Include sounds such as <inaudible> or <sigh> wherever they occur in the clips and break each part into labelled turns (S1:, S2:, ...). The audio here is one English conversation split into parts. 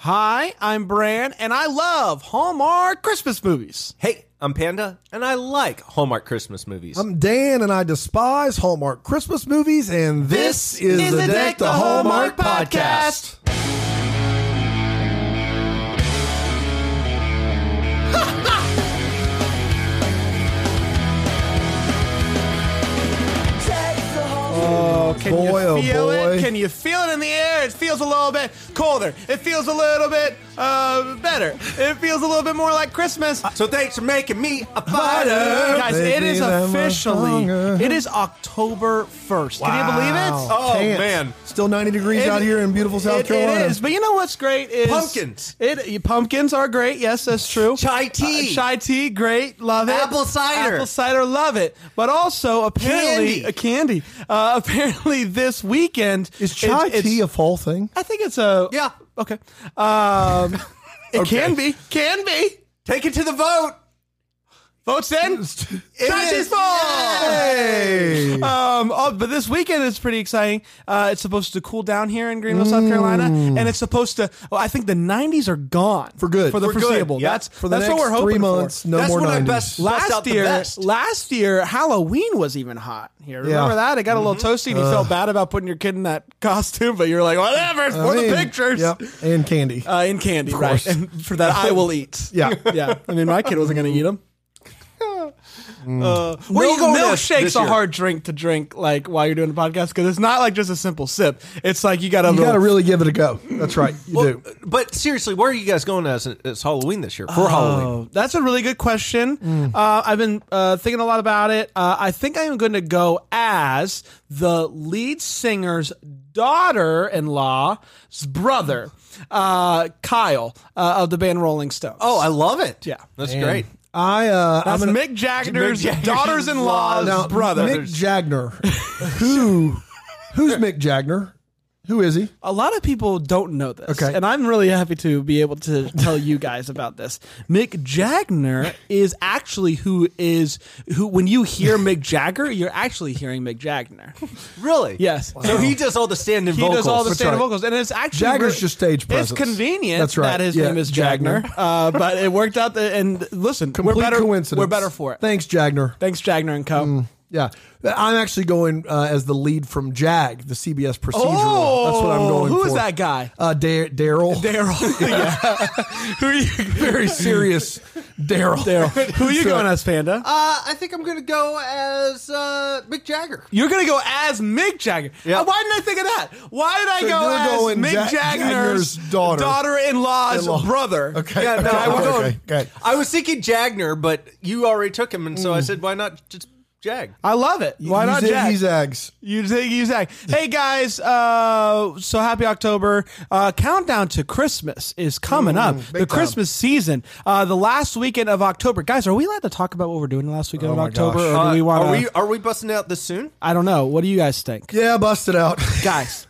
S1: Hi, I'm Bran, and I love Hallmark Christmas movies.
S2: Hey, I'm Panda, and I like Hallmark Christmas movies.
S3: I'm Dan, and I despise Hallmark Christmas movies, and this, is, the Deck, the Hallmark podcast.
S1: Can
S3: Boy, oh
S1: you feel it?
S3: boy.
S1: Can you feel it in the air? It feels a little bit colder. It feels a little bit uh, better. It feels a little bit more like Christmas.
S2: so thanks for making me a
S3: fighter.
S1: Guys, it is
S3: Baby, that much
S1: officially
S3: longer.
S1: it is October first. Can you believe it?
S2: Oh,
S3: Can't.
S2: man.
S3: Still 90 degrees
S1: It-
S3: out here in beautiful South
S1: it-
S3: Carolina.
S1: It is, but you know what's great is
S2: Pumpkins.
S1: It pumpkins are great. Yes, that's true.
S2: Chai tea.
S1: Uh, chai tea, great, love it.
S2: Apple cider.
S1: apple cider, love it. But also apparently
S2: Candy.
S1: a candy. Uh, <laughs> apparently this weekend
S3: Is chai
S1: it's-
S3: tea
S1: it's-
S3: a fall thing?
S1: I think it's a
S2: Yeah.
S1: Okay,
S3: <laughs>
S1: um, it can be, can be.
S2: Take it to the vote.
S1: Votes in. Chai
S2: is.
S1: tea's fall. <laughs>
S3: Hey,
S1: Um, oh, but this weekend it's pretty exciting. Uh, it's supposed to cool down here in Greenville, South Carolina, and it's supposed to. Well, I think the '90s are gone
S3: Mm. For good.
S1: for the
S3: For good.
S1: foreseeable.
S2: Yeah.
S1: That's
S3: for the
S1: that's
S3: next
S1: what we're hoping
S3: three
S1: for.
S3: months, no
S2: That's
S3: more
S2: when I
S3: 90s.
S2: best- Bust out
S1: Last
S2: the
S1: year,
S2: best.
S1: last year Halloween was even hot here. Remember
S3: Yeah. Mm-hmm.
S1: that? It got a little toasty, and you felt bad about putting your kid in that <laughs> costume, but you're like, whatever, it's
S3: I
S1: for
S3: mean,
S1: the pictures.
S3: Yep,
S1: <laughs>
S3: and candy.
S1: Uh, in candy, right? And for that, I will eat.
S3: yeah.
S1: <laughs> yeah. I mean, my kid wasn't going to eat them. Uh, where
S2: Milk-
S1: you going
S2: milkshake's
S1: milkshake's
S2: a
S1: a hard drink to drink like while you're doing the podcast because it's not like just a simple sip. It's like you got to
S3: You got to really give it a go. That's right. You do.
S2: But seriously, where are you guys going as it's Halloween this year for Halloween?
S1: Oh, that's a really good question. Uh, I've been uh, thinking a lot about it. Uh, I think I am going to go as the lead singer's daughter-in-law's brother, uh, Kyle uh, of the band Rolling Stones.
S2: Oh, I love it.
S1: Yeah.
S2: that's
S3: Man.
S2: great.
S3: I uh,
S1: that's
S3: I'm gonna,
S1: Mick Jagger's
S2: Mick Jagger's
S1: daughters-in-law's
S2: law.
S3: now,
S1: brother.
S3: Mick Jagner.
S1: <laughs>
S3: Who? Who's Mick Jagner? Who is he?
S1: A lot of people don't know this.
S3: Okay.
S1: And I'm really happy to be able to tell you guys about this. Mick Jagner is actually who is who when you hear Mick Jagger, you're actually hearing Mick Jagner.
S2: Really?
S1: Yes.
S2: So he does all the stand-in
S1: He
S2: vocals.
S1: does all the
S3: That's
S1: stand
S3: right.
S1: vocals, and it's actually
S3: Jagger's
S1: re-
S3: just stage presence.
S1: It's convenient
S3: That's right.
S1: that his
S3: Yeah,
S1: name is
S3: Jagner.
S1: Jagner, uh, but it worked out. The, and listen,
S3: Complete
S1: we're better.
S3: coincidence. Mm.
S1: We're better for it.
S3: Thanks, Jagner.
S1: Thanks, Jagner and Co.
S3: Yeah, I'm actually going uh, as the lead from Jag, the CBS procedural. That's what I'm going
S1: Oh, Who
S3: for.
S1: is that guy?
S3: Uh, Dar- Daryl.
S1: <laughs> Daryl. Yeah. who are you?
S3: Very serious, <laughs>
S1: <laughs>
S3: Daryl.
S1: Daryl. Who are you going as, Panda?
S2: Uh, I think I'm gonna go as uh, Mick Jagger.
S1: You're gonna go as Mick Jagger.
S2: Yeah.
S1: Uh, Why didn't I think of that? Why did I
S3: So
S1: go
S3: you're
S1: as
S3: going
S1: Mick
S3: Ja-
S1: Jagger's,
S3: Jagger's daughter.
S1: in laws
S3: In-law.
S1: brother?
S3: <laughs> Okay.
S2: Yeah, no,
S3: okay,
S2: I was
S3: okay,
S2: going.
S3: okay.
S2: I was thinking Jagner, but you already took him, and so I said, why not just Jag?
S1: I love it. Why
S3: He's
S1: not
S3: in-
S1: Jag?
S3: He's Zags.
S1: You think you Zach. Hey guys, uh, so happy October. Uh, countdown to Christmas is coming up. The
S3: time.
S1: Christmas season, uh, the last weekend of October. Guys, are we allowed to talk about what we're doing the last weekend of
S3: my
S1: October?
S3: gosh.
S1: Or do we want
S2: Uh, are
S1: to?
S2: we are we busting out this soon?
S1: I don't know. What do you guys think?
S3: Yeah, busted out. <laughs>
S1: Guys,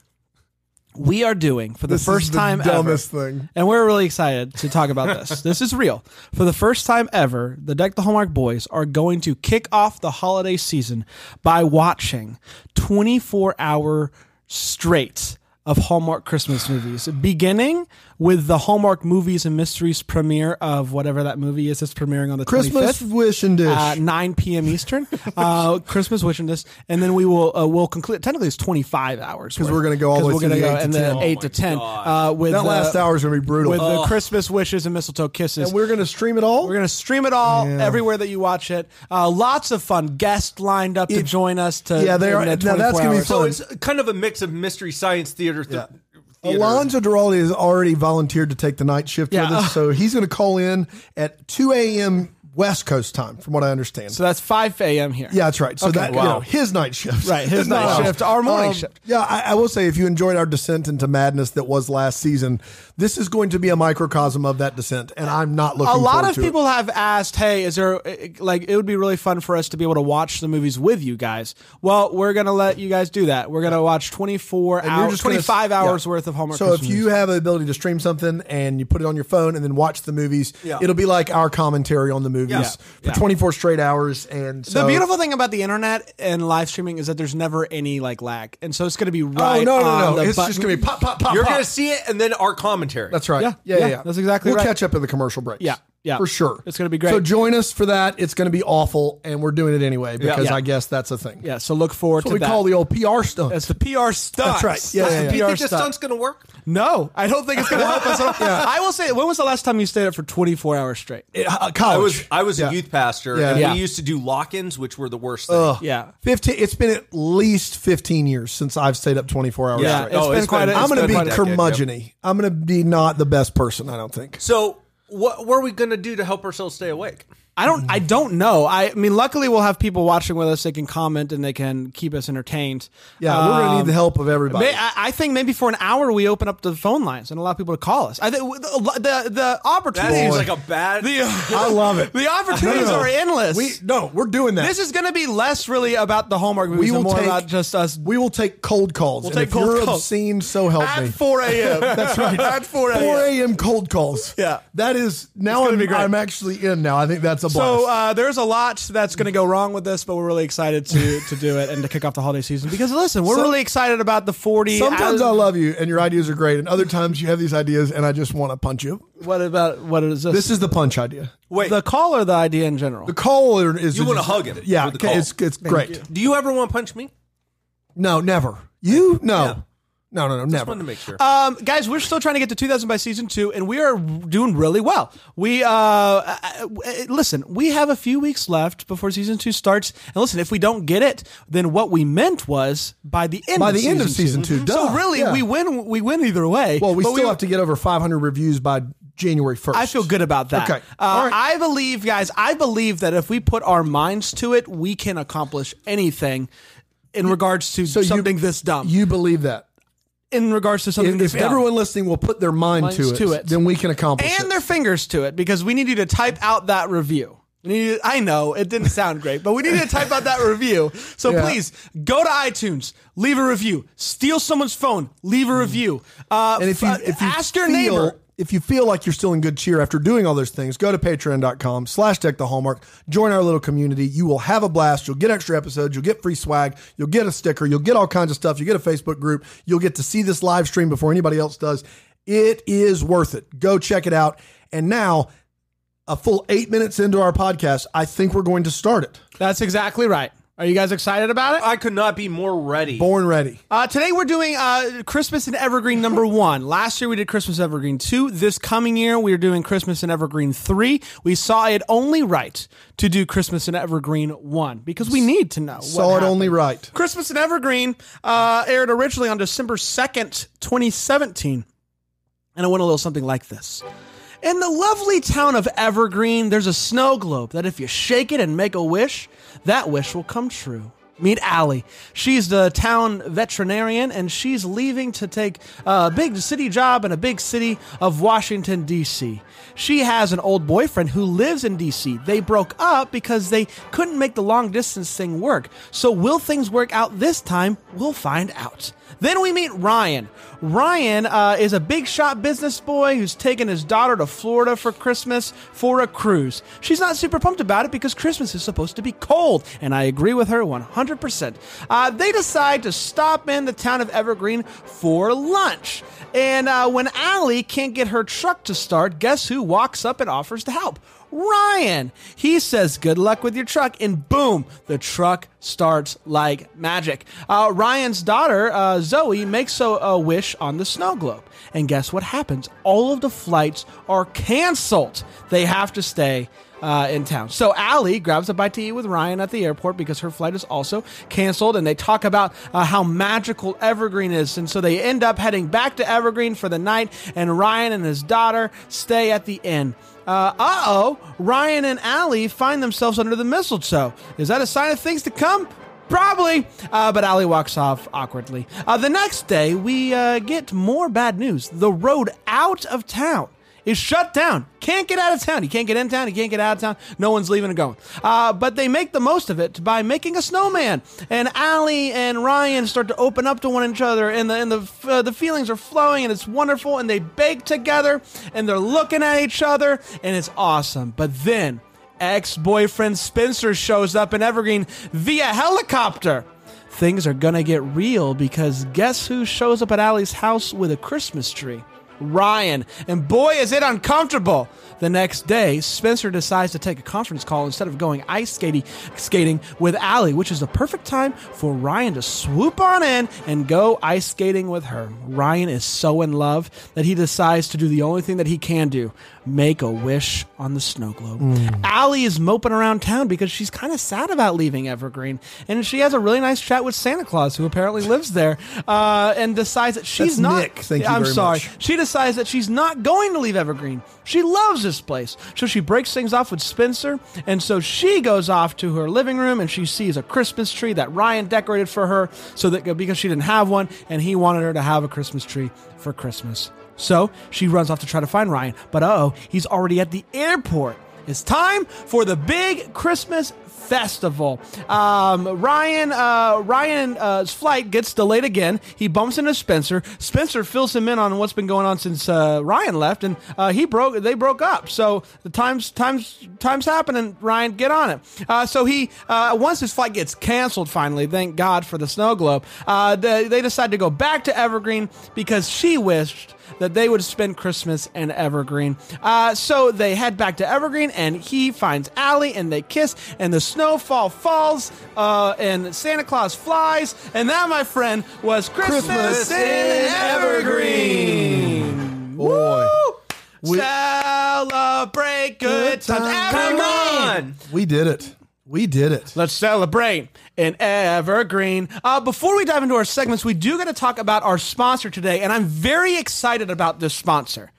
S1: we are doing for the
S3: This is
S1: first
S3: the
S1: time
S3: dumbest
S1: ever,
S3: thing.
S1: and we're really excited to talk about
S3: <laughs>
S1: this. this is real. For the first time ever, the Deck the Hallmark Boys are going to kick off the holiday season by watching 24 hour straight of Hallmark Christmas movies, beginning with the Hallmark Movies and Mysteries premiere of whatever that movie is that's premiering on the
S3: Christmas
S1: 25th
S3: wish and dish.
S1: uh, 9 p.m. Eastern, uh, Christmas wishing this, and then we will uh, we'll conclude. Technically, it's 25 hours because
S3: we're gonna go all the way
S1: we're
S3: through
S1: gonna
S3: the
S1: go
S3: 8 to
S1: and then
S3: 10.
S1: 8 to 10 uh, with
S3: that
S1: the,
S3: last hour is gonna be brutal. Uh,
S1: with the Christmas wishes and mistletoe kisses.
S3: and we're gonna stream it all.
S1: We're gonna stream it all
S3: Yeah.
S1: everywhere that you watch it. Uh, lots of fun guests lined up to
S3: It-
S1: join us. To
S3: Yeah, they are-
S1: in the
S3: now that's
S1: 24
S3: gonna be
S1: hours.
S3: fun.
S2: So it's kind of a mix of mystery science theater. Th- theater.
S3: Alonzo Duraldi has already volunteered to take the night shift
S1: Yeah.
S3: with us, so he's going to call in at 2 a.m. West Coast time, from what I understand.
S1: So that's 5 a.m. here.
S3: yeah, that's right. So
S1: Okay.
S3: that you
S1: Wow.
S3: know, his night shift,
S1: Right, his night
S3: ours.
S1: shift, our morning
S3: Um,
S1: shift.
S3: Yeah, I, I will say if you enjoyed our descent into madness that was last season, this is going to be a microcosm of that descent, and I'm not looking.
S1: a lot
S3: forward
S1: of
S3: to it.
S1: people have asked, "Hey, is there eh, like it would be really fun for us to be able to watch the movies with you guys?" Well, we're gonna let you guys do that. We're gonna watch twenty four
S3: And you're
S1: hours,
S3: just gonna-
S1: twenty five hours
S3: yeah.
S1: worth of Hallmark.
S3: So if
S1: Christmas
S3: you
S1: movies.
S3: have the ability to stream something and you put it on your phone and then watch the movies,
S2: Yeah.
S3: it'll be like our commentary on the movies
S1: Yeah.
S3: for 24 straight hours. And so,
S1: the beautiful thing about the internet and live streaming is that there's never any like lag, and so it's going to be right.
S3: Oh no no
S1: on
S3: no!
S1: the
S3: It's just
S1: button.
S3: gonna be pop pop pop.
S2: You're
S3: pop.
S2: going to see it and then our commentary.
S3: That's right.
S1: Yeah,
S3: Yeah, yeah,
S1: yeah,
S3: yeah.
S1: that's exactly
S3: We'll
S1: right.
S3: catch up in the commercial breaks.
S1: Yeah, yeah.
S3: for sure.
S1: It's gonna be great.
S3: So join us for that. It's gonna be awful, and we're doing it anyway because
S1: Yeah.
S3: I guess that's a thing.
S1: <laughs> yeah. So look forward
S3: What
S1: to
S3: we
S1: that.
S3: call the old PR stunt.
S1: That's the PR stuff.
S3: That's right. Yeah, yeah,
S2: Do you
S1: PR
S2: think this
S1: stuff.
S2: stunt's going to work?
S1: No, I don't think it's going to help us. at all.
S3: <laughs>
S1: I will say, when was the last time you stayed up for 24 hours straight?
S3: Uh, college.
S2: I was I was
S3: Yeah.
S2: a youth pastor,
S3: Yeah.
S2: and
S1: Yeah.
S2: we used to do lock-ins, which were the worst thing.
S1: yeah.
S3: Fifteen. It's been at least fifteen years since I've stayed up twenty four hours.
S1: Yeah, Oh,
S3: straight.
S1: it's been quite a-
S3: I'm
S1: it's
S3: gonna
S1: been
S3: be
S1: quite a
S2: decade, yep.
S3: curmudgeony. I'm gonna be not the best person. I don't think.
S2: So, what were we going to do to help ourselves stay awake?
S1: I don't. I don't know. I, mean, luckily we'll have people watching with us. They can comment and they can keep us entertained. Uh,
S3: Yeah, we're gonna need the help of everybody.
S1: Um, May, I, I think maybe for an hour we open up the phone lines and allow people to call us. I think the the, the
S2: That
S1: opportunities
S2: seems like a bad.
S1: the, uh,
S3: <laughs> I love
S1: <laughs>
S3: it.
S1: the opportunities
S3: No, no, no.
S1: are endless.
S3: We no, we're doing that.
S1: this is going to be less really about the homework movies
S3: we will
S1: and more
S3: take
S1: about just
S3: <laughs>
S1: us
S3: We will take cold calls. We'll
S1: take
S3: if
S1: cold
S3: you're
S1: calls.
S3: obscene, so help
S1: at
S3: me.
S1: 4 <laughs> a.m. That's right. At 4 a.m.
S3: 4 a.m. cold calls.
S1: Yeah.
S3: That is now
S1: gonna
S3: I'm,
S1: be great.
S3: I'm actually in now. I think that's a blast.
S1: So uh, there's a lot that's going to go wrong with this, but we're really excited to to do it and to kick off the holiday season because listen, we're
S3: So-
S1: really excited about the 40. hours-
S3: Sometimes I love you and your ideas are great, and other times you have these ideas and I just want to punch you.
S1: What about what is this?
S3: This is the punch idea.
S2: wait,
S1: the call or the idea in general.
S3: The call is
S2: You wanna
S3: is-
S2: hug him
S3: Yeah,
S2: with the
S3: okay,
S2: call.
S3: it's it's great.
S2: do you ever want to punch me?
S3: No, never. You no,
S2: Yeah.
S3: no, no, no,
S2: Just wanted to
S3: never.
S2: make sure.
S1: Um, guys, we're still trying to get to 2,000 by season two, and we are doing really well. We uh, uh, uh, listen. We have a few weeks left before season two starts, and listen, if we don't get it, then what we meant was by the end
S3: By
S1: of
S3: the
S1: season
S3: end of season
S1: two.
S3: two, duh,
S1: So really,
S3: yeah.
S1: we win. We win either way.
S3: Well, we
S1: But
S3: still have to get over 500 reviews by January 1st.
S1: I feel good about that.
S3: Okay. All
S1: Uh,
S3: right.
S1: I believe, guys, I believe that if we put our minds to it, we can accomplish anything in regards to
S3: you-
S1: something this dumb.
S3: You believe that?
S1: in regards to something
S3: If,
S1: this
S3: if
S1: dumb.
S3: everyone listening will put their mind to it,
S1: Minds to it.
S3: then we can accomplish it.
S1: and their fingers to it because we need you to type out that review. We need you- I know it didn't sound great, but we need you to type out that review. So
S3: Yeah.
S1: please go to iTunes, leave a review, steal someone's phone, leave a review. Uh,
S3: And if you
S1: f-
S3: if you
S1: ask your
S3: feel,
S1: neighbor,
S3: if you feel like you're still in good cheer after doing all those things, go to patreon.com slash deck the hallmark, join our little community. You will have a blast. You'll get extra episodes, you'll get free swag, you'll get a sticker, you'll get all kinds of stuff, you get a Facebook group, you'll get to see this live stream before anybody else does. It is worth it. Go check it out. And now, a full eight minutes into our podcast, I think we're going to start it.
S1: that's exactly right. Are you guys excited about it?
S2: I could not be more ready.
S3: Born ready.
S1: Uh, today we're doing uh, Christmas and Evergreen
S3: <laughs>
S1: number one. Last year we did Christmas Evergreen two. This coming year we are doing Christmas and Evergreen three. We saw it only right to do Christmas and Evergreen one because we need to know. what
S3: Saw it
S1: happened.
S3: only right.
S1: Christmas and Evergreen uh, aired originally on December 2nd, 2017. And it went a little something like this. In the lovely town of Evergreen, there's a snow globe that if you shake it and make a wish, that wish will come true. Meet Allie. She's the town veterinarian, and she's leaving to take a big city job in a big city of Washington, D.C. She has an old boyfriend who lives in D.C. They broke up because they couldn't make the long distance thing work. So, will things work out this time? We'll find out. Then we meet Ryan. Ryan uh, is a big shot business boy who's taken his daughter to Florida for Christmas for a cruise. She's not super pumped about it because Christmas is supposed to be cold, and I agree with her 100%. Uh, they decide to stop in the town of Evergreen for lunch. And uh, when Allie can't get her truck to start, guess who walks up and offers to help? Ryan. He says, Good luck with your truck. And boom, the truck starts like magic. Uh, Ryan's daughter, uh, Zoe, makes a, a wish on the snow globe. And guess what happens? All of the flights are canceled. They have to stay. Uh, in town. So Allie grabs a bite to eat with Ryan at the airport because her flight is also canceled, and they talk about uh, how magical Evergreen is. And so they end up heading back to Evergreen for the night, and Ryan and his daughter stay at the inn. Uh oh, Ryan and Allie find themselves under the mistletoe. Is that a sign of things to come? Probably. Uh, but Allie walks off awkwardly. Uh, the next day, we uh, get more bad news. The road out of town is shut down. Can't get out of town. You can't get in town. You can't get out of town. No one's leaving and going. Uh, but they make the most of it by making a snowman. And Allie and Ryan start to open up to one another, and the and the uh, the feelings are flowing, and it's wonderful. And they bake together, and they're looking at each other, and it's awesome. But then Ex boyfriend Spencer shows up in Evergreen via helicopter. Things are gonna get real because guess who shows up at Allie's house with a Christmas tree? Ryan. And boy, is it uncomfortable. The next day, Spencer decides to take a conference call instead of going ice skating, skating with Allie, which is the perfect time for Ryan to swoop on in and go ice skating with her. Ryan is so in love that he decides to do the only thing that he can do make a wish on the snow globe.
S3: Mm.
S1: Allie is moping around town because she's kind of sad about leaving Evergreen. And she has a really nice chat with Santa Claus, who apparently lives there, uh, and decides that she's
S3: That's
S1: not.
S3: Nick. Thank you
S1: I'm
S3: very
S1: sorry.
S3: much.
S1: She decides that she's not going to leave Evergreen. She loves this place. So she breaks things off with Spencer. And so she goes off to her living room and she sees a Christmas tree that Ryan decorated for her so that because she didn't have one and he wanted her to have a Christmas tree for Christmas. So she runs off to try to find Ryan, but oh, he's already at the airport. It's time for the big Christmas festival. Um, Ryan uh, Ryan's flight gets delayed again. He bumps into Spencer. Spencer fills him in on what's been going on since uh, Ryan left, and uh, he broke. They broke up. So the times times times happening. Ryan, get on it. Uh, so he uh, once his flight gets canceled. Finally, thank God for the snow globe. Uh, they, they decide to go back to Evergreen because she wished that they would spend Christmas in Evergreen. Uh, so they head back to Evergreen, and he finds Allie, and they kiss, and the snowfall falls, uh, and Santa Claus flies, and that, my friend, was Christmas,
S3: Christmas
S1: in
S3: in
S1: Evergreen.
S3: Boy.
S1: Woo! Celebrate good times, Evergreen.
S2: on.
S3: We did it. We did it.
S1: Let's celebrate in Evergreen. Uh, before we dive into our segments, we do got to talk about our sponsor today, and I'm very excited about this sponsor.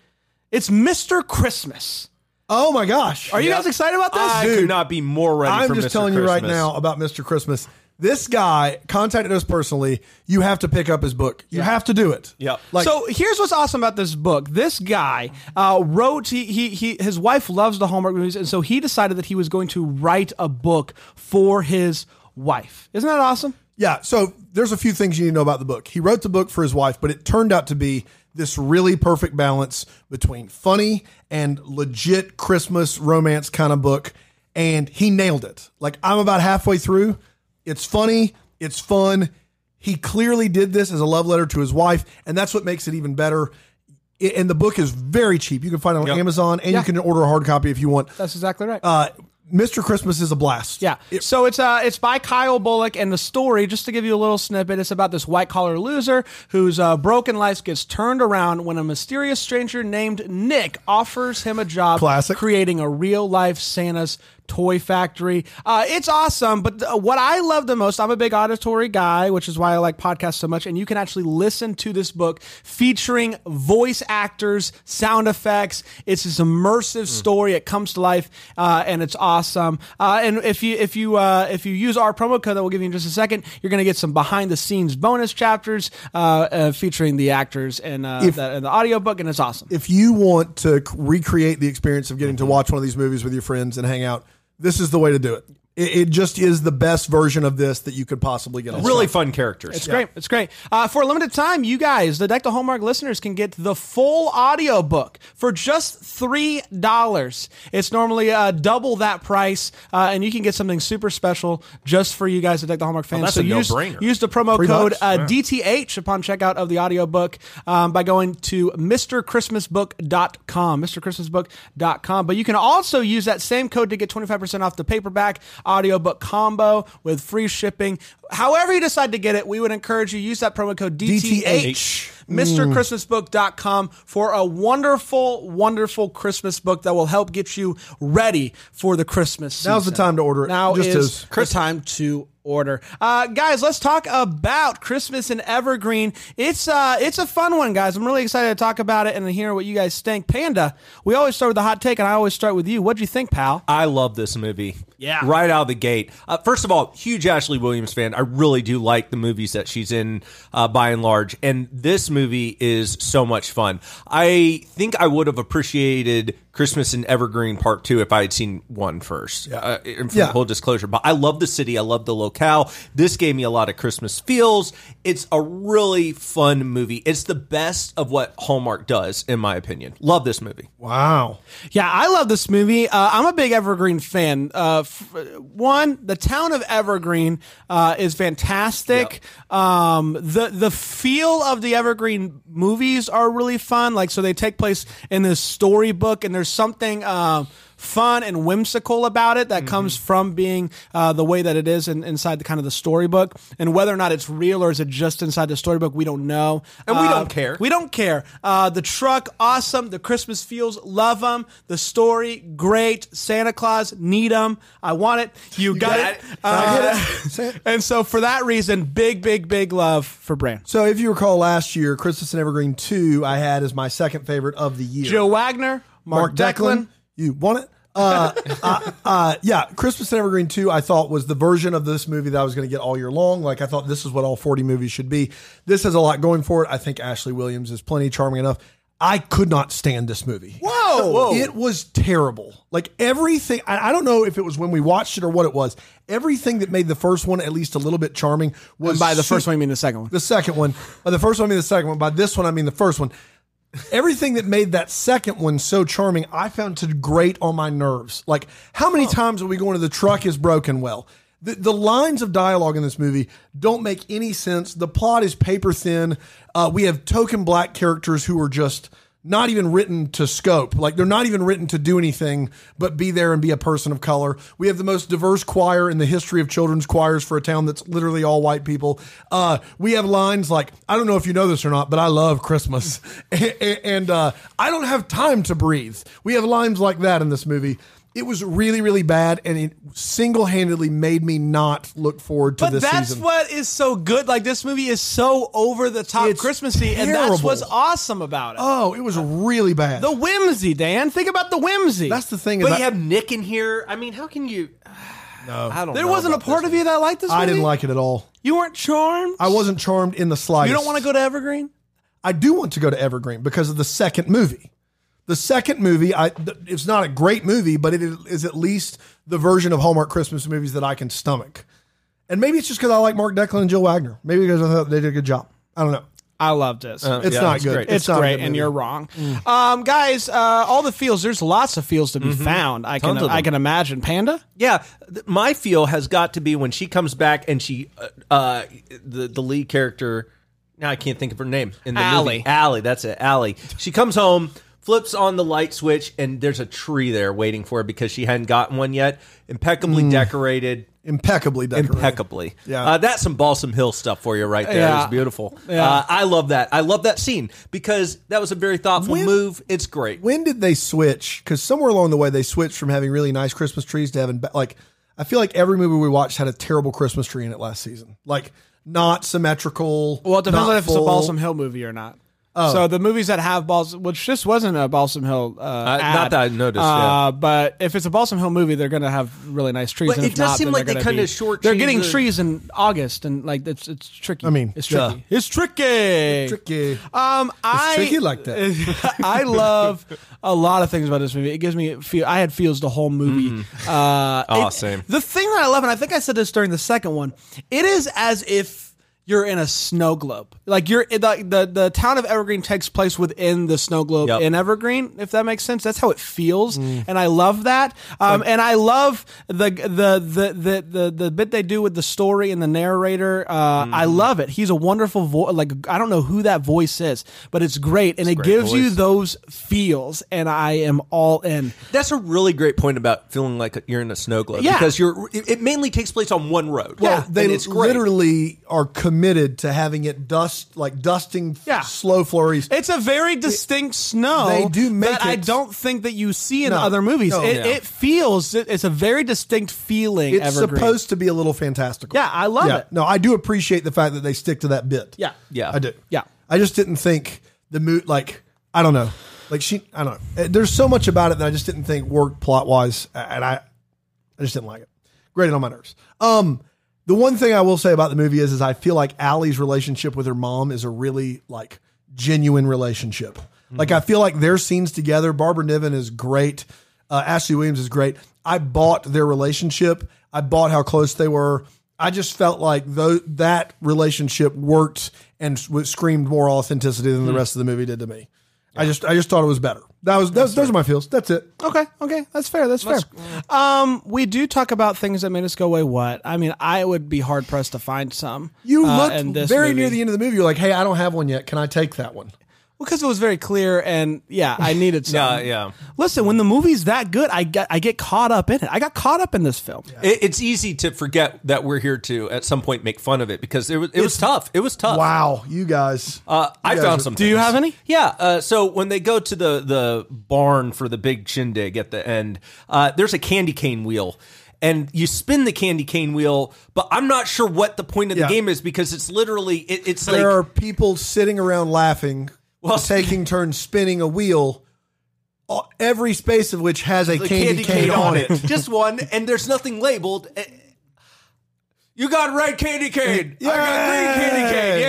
S1: It's Mr. Christmas.
S3: Oh my gosh.
S1: Are you guys excited about this?
S2: I could not be more ready
S3: I'm
S2: for
S3: just
S2: Mr.
S3: telling you right
S2: Christmas.
S3: now about Mr. Christmas. This guy contacted us personally. You have to pick up his book. You have to do it.
S2: Yep.
S3: Like
S1: so here's what's awesome about this book. This guy uh, wrote. He, he he his wife loves the Hallmark movies, and so he decided that he was going to write a book for his wife. Isn't that awesome?
S3: Yeah, so there's a few things you need to know about the book. He wrote the book for his wife, but it turned out to be this really perfect balance between funny and legit Christmas romance kind of book, and he nailed it. Like I'm about halfway through. It's funny, it's fun. He clearly did this as a love letter to his wife, and that's what makes it even better. I- and the book is very cheap. You can find it on Amazon, and you can order a hard copy if you want.
S1: That's exactly right.
S3: Uh, Mr. Christmas is a blast.
S1: Yeah. so it's uh it's by Kyle Bullock and the story, just to give you a little snippet, it's about this white collar loser whose uh, broken life gets turned around when a mysterious stranger named Nick offers him a job
S3: Classic.
S1: creating a real life Santa's toy factory. Uh, it's awesome, but uh, what I love the most, I'm a big auditory guy, which is why I like podcasts so much, and you can actually listen to this book featuring voice actors, sound effects. It's this immersive story. It comes to life, uh, and it's awesome. Uh, and if you if you uh, if you use our promo code that we'll give you in just a second, you're going to get some behind the scenes bonus chapters uh, uh, featuring the actors and uh, the, and the audiobook, and it's awesome.
S3: if you want to c- recreate the experience of getting to watch one of these movies with your friends and hang out, this is the way to do it. It, it just is the best version of this that you could possibly get. on
S2: Really
S3: Skype.
S2: fun characters.
S1: It's great. It's great. Uh, for a limited time, you guys, the Deck the Hallmark listeners, can get the full audiobook for just $3. It's normally uh, double that price, uh, and you can get something super special just for you guys, the Deck the Hallmark fans.
S2: that's
S1: so
S2: a
S1: use,
S2: no-brainer.
S1: use the promo
S3: Three
S1: code
S3: bucks?
S1: uh, DTH upon checkout of the audiobook um, by going to MrChristmasBook.com. MrChristmasBook.com. But you can also use that same code to get 25% off the paperback audiobook combo with free shipping. However, you decide to get it, we would encourage you use that promo code DTH.
S3: DTH.
S1: MrChristmasBook.com for a wonderful, wonderful Christmas book that will help get you ready for the Christmas season.
S3: Now's the time to order it.
S1: Now
S3: Just
S1: is
S3: as-
S1: the time to order. Uh, guys, let's talk about Christmas in Evergreen. It's uh, it's a fun one, guys. I'm really excited to talk about it and to hear what you guys think. Panda, we always start with the hot take, and I always start with you. What'd you think, pal?
S2: I love this movie.
S1: Yeah.
S2: Right out of the gate. Uh, first of all, huge Ashley Williams fan. I really do like the movies that she's in uh, by and large. And this movie is so much fun. I think I would have appreciated Christmas in Evergreen Part 2 if I had seen one first. Uh, and for
S3: Yeah.
S2: full disclosure. But I love the city. I love the locale. This gave me a lot of Christmas feels. It's a really fun movie. It's the best of what Hallmark does, in my opinion. Love this movie.
S3: Wow.
S1: Yeah, I love this movie. Uh, I'm a big Evergreen fan. Uh, f- one, the town of Evergreen uh, is fantastic. Um, the the feel of the Evergreen movies are really fun. Like, so they take place in this storybook, and there's something. um Fun and whimsical about it that comes
S2: Mm-hmm.
S1: from being uh, the way that it is in, inside the kind of the storybook, and whether or not it's real or is it just inside the storybook, we don't know.
S2: And we
S1: Uh,
S2: don't care.
S1: We don't care. Uh, the truck, awesome. The Christmas feels, love them. The story, great. Santa Claus, need them. I want it. You, got,
S2: got
S1: it.
S2: it.
S1: Uh, <laughs>
S3: Say it.
S1: and so, for that reason, big, big, big love for Bran.
S3: So if you recall last year, Christmas and Evergreen 2, I had as my second favorite of the year.
S1: Joe Wagner, Mark, Declan.
S3: You want it? Uh, <laughs> uh, uh, yeah, Christmas and Evergreen 2, I thought was the version of this movie that I was going to get all year long. Like, I thought this is what all 40 movies should be. This has a lot going for it. I think Ashley Williams is plenty charming enough. I could not stand this movie.
S2: Whoa! Whoa.
S3: It was terrible. Like, everything, I, I don't know if it was when we watched it or what it was. Everything that made the first one at least a little bit charming was
S1: By the
S3: su-
S1: first one, you mean the second one?
S3: the second one. By the first one, I mean the second one. By this one, I mean the first one. Everything that made that second one so charming, I found to grate on my nerves. Like, how many times are we going to the truck is broken? Well, the, the lines of dialogue in this movie don't make any sense. The plot is paper thin. Uh, we have token black characters who are just not even written to scope. Like they're not even written to do anything but be there and be a person of color. We have the most diverse choir in the history of children's choirs for a town that's literally all white people. Uh, we have lines like, I don't know if you know this or not, but I love Christmas. <laughs> and and, uh, I don't have time to breathe. We have lines like that in this movie. It was really, really bad, and it single handedly made me not look forward to
S1: But
S3: this
S1: that's
S3: season.
S1: what is so good. Like this movie is so over the top
S3: It's
S1: Christmassy, and that's
S3: terrible.
S1: what's awesome about it.
S3: oh, it was really bad.
S1: the whimsy, Dan. Think about the whimsy.
S3: that's the thing. is
S2: But
S3: I-
S2: you have Nick in here. I mean, how can you? <sighs> No, I don't.
S1: there
S2: know
S1: wasn't a
S2: about
S1: part
S2: this
S1: of you that liked this.
S3: I
S1: movie?
S3: didn't like it at all.
S1: You weren't charmed.
S3: I wasn't charmed in the slightest.
S1: you don't want to go to Evergreen.
S3: I do want to go to Evergreen because of the second movie. The second movie, I th- it's not a great movie, but it is at least the version of Hallmark Christmas movies that I can stomach. And maybe it's just because I like Mark Declan and Jill Wagner. Maybe because I thought they did a good job. I don't know.
S1: I loved this.
S3: It's
S2: Uh, yeah,
S3: not
S2: it's
S3: good.
S2: great.
S1: it's
S3: not a
S1: great,
S3: good
S1: and
S3: movie.
S1: you're wrong, um, guys. Uh, all the feels. There's lots of feels to be found. I
S2: Mm-hmm. Tons
S1: can
S2: of them.
S1: I can imagine. Panda.
S2: Yeah, th- my feel has got to be when she comes back and she, uh, uh, the the lead character. Now I can't think of her name in the
S1: Ally.
S2: movie. Allie, that's it. Allie. She comes home, flips on the light switch, and there's a tree there waiting for her because she hadn't gotten one yet. Impeccably
S1: Mm.
S2: decorated.
S3: Impeccably decorated.
S2: Impeccably.
S3: Yeah.
S2: Uh, that's some Balsam Hill stuff for you right there.
S1: Yeah.
S2: It was beautiful.
S1: Yeah.
S2: Uh, I love that. I love that scene because that was a very thoughtful
S3: When-
S2: move. It's great.
S3: When did they switch? Because somewhere along the way, they switched from having really nice Christmas trees to having ba- like. I feel like every movie we watched had a terrible Christmas tree in it last season. Like not symmetrical.
S1: Well, it depends
S3: not
S1: on if it's a
S3: full.
S1: Balsam Hill movie or not.
S2: Oh.
S1: So the movies that have balsam, which this wasn't a Balsam Hill, uh, ad,
S2: not that I noticed,
S1: Uh,
S2: yeah.
S1: but if it's a Balsam Hill movie, they're going to have really nice trees.
S2: But
S1: and
S2: it
S1: if
S2: does
S1: not,
S2: seem
S1: then
S2: like
S1: they're
S2: they
S1: gonna
S2: kinda
S1: be-
S2: short
S1: They're
S2: change
S1: getting
S2: the-
S1: trees in August, and like it's it's tricky. I
S3: mean,
S1: it's
S3: yeah.
S1: tricky. It's tricky.
S3: Tricky.
S1: Um, I
S3: tricky like that.
S1: <laughs> I love a lot of things about this movie. It gives me feel. I had feels the whole movie. Uh,
S2: Aw,
S1: it-
S2: same.
S1: The thing that I love, and I think I said this during the second one, it is as if you're in a snow globe. Like you're the the, the town of Evergreen takes place within the snow globe
S2: Yep.
S1: in Evergreen, if that makes sense. That's how it feels, and I love that. Um, and I love the the, the the the the bit they do with the story and the narrator. Uh, I love it. He's a wonderful voice. Like I don't know who that voice is, but it's great, and it gives you
S2: voice.
S1: those feels, and I am all in.
S2: That's a really great point about feeling like you're in a snow globe
S1: Yeah.
S2: because you're. It it mainly takes place on one road.
S1: Well,
S2: And
S3: they
S2: it's great.
S3: literally are committed to having it dust like dusting f-
S1: Yeah.
S3: slow flurries.
S1: It's a very distinct snow.
S3: they do make
S1: that I
S3: it-
S1: don't think that you see in
S3: No,
S1: other movies.
S3: no.
S1: it,
S2: Yeah.
S1: it feels it's a very distinct feeling.
S3: it's
S1: Evergreen.
S3: supposed to be a little fantastical.
S1: Yeah, I love
S3: Yeah.
S1: it.
S3: No, I do appreciate the fact that they stick to that bit.
S1: Yeah.
S2: Yeah.
S3: I do.
S1: Yeah.
S3: I just didn't think the mood like I don't know. Like she I don't know. Uh, There's so much about it that I just didn't think worked plot wise and I I just didn't like it. Grated on my nerves. Um the one thing I will say about the movie is is I feel like Allie's relationship with her mom is a really like genuine relationship. Like I feel like their scenes together, Barbara Niven is great. Uh, Ashley Williams is great. I bought their relationship. I bought how close they were. I just felt like though that relationship worked and s- was- screamed more authenticity
S1: Hmm.
S3: than the rest of the movie did to me. I just I just thought it was better. That was those, those are my feels. That's it.
S1: Okay, okay, that's fair. That's fair. Um, we do talk about things that made us go, "Wait, what?" I mean, I would be hard pressed to find some.
S3: You
S1: uh, in
S3: looked
S1: this
S3: very
S1: movie.
S3: near the end of the movie. You're like, hey, I don't have one yet. Can I take that one?
S1: because it was very clear, and yeah, I needed some.
S2: <laughs> Yeah, yeah.
S1: Listen, when the movie's that good, I get I get caught up in it. I got caught up in this film.
S2: It, it's easy to forget that we're here to at some point make fun of it because it was it was tough. It was tough.
S3: Wow, you guys.
S2: Uh, I
S3: guys
S2: found
S3: are-
S2: some.
S1: Do you
S2: things.
S1: have any?
S2: Yeah. Uh, so when they go to the the barn for the big shindig at the end, uh, there's a candy cane wheel. And you spin the candy cane wheel, but I'm not sure what the point of
S3: Yeah.
S2: the game is because it's literally it, it's like
S3: there are people sitting around laughing while
S2: Well,
S3: taking turns spinning a wheel, all- every space of which has a
S2: the
S3: candy, cane, on it.
S2: just one, and there's nothing labeled. Eh, You got red candy cane. I got green candy cane.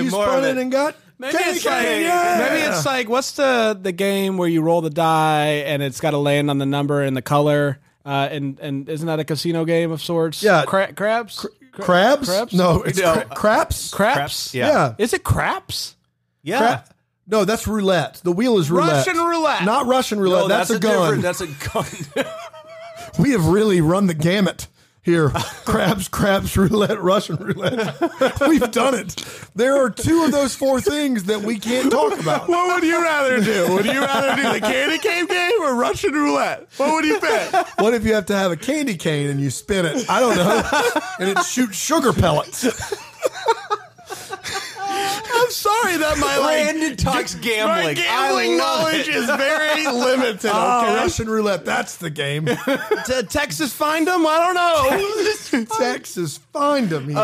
S2: Yay!
S3: You
S2: More
S3: spun
S2: of
S3: it and got
S1: Maybe
S3: candy
S1: it's
S3: cane.
S1: like
S3: yeah!
S1: maybe it's like what's the the game where you roll the die and it's got to land on the number and the color. Uh, and and isn't that a casino game of sorts?
S3: Yeah.
S1: Cra- crabs. Cra-
S3: crabs.
S1: Crabs?
S3: No, it's
S2: No.
S3: cra- craps.
S1: craps.
S2: Yeah.
S3: Yeah.
S1: Is it craps?
S2: yeah.
S3: Cra- no, that's roulette. The wheel is roulette.
S1: Russian roulette.
S3: Not Russian roulette.
S2: No,
S3: that's, a gun.
S2: different- That's a gun.
S3: we have really run the gamut
S4: <laughs>
S3: here. crabs, crabs, roulette, Russian roulette. We've done it. There are two of those four things that we can't talk about.
S4: What would you rather do? Would you rather do the candy cane game or Russian roulette? What would you pick?
S3: <laughs>
S2: <laughs>
S3: What if you have to have a candy cane and you spin it? I don't know. And it shoots sugar pellets.
S4: I'm sorry that my like,
S2: Brandon talks gambling.
S4: my gambling
S2: I love
S4: knowledge is
S2: <laughs>
S4: very limited. Okay?
S3: Oh, Russian roulette. That's
S4: <laughs>
S3: the game.
S1: Te- Texas find them? I don't
S2: <laughs>
S1: know.
S3: Texas, find them. He said.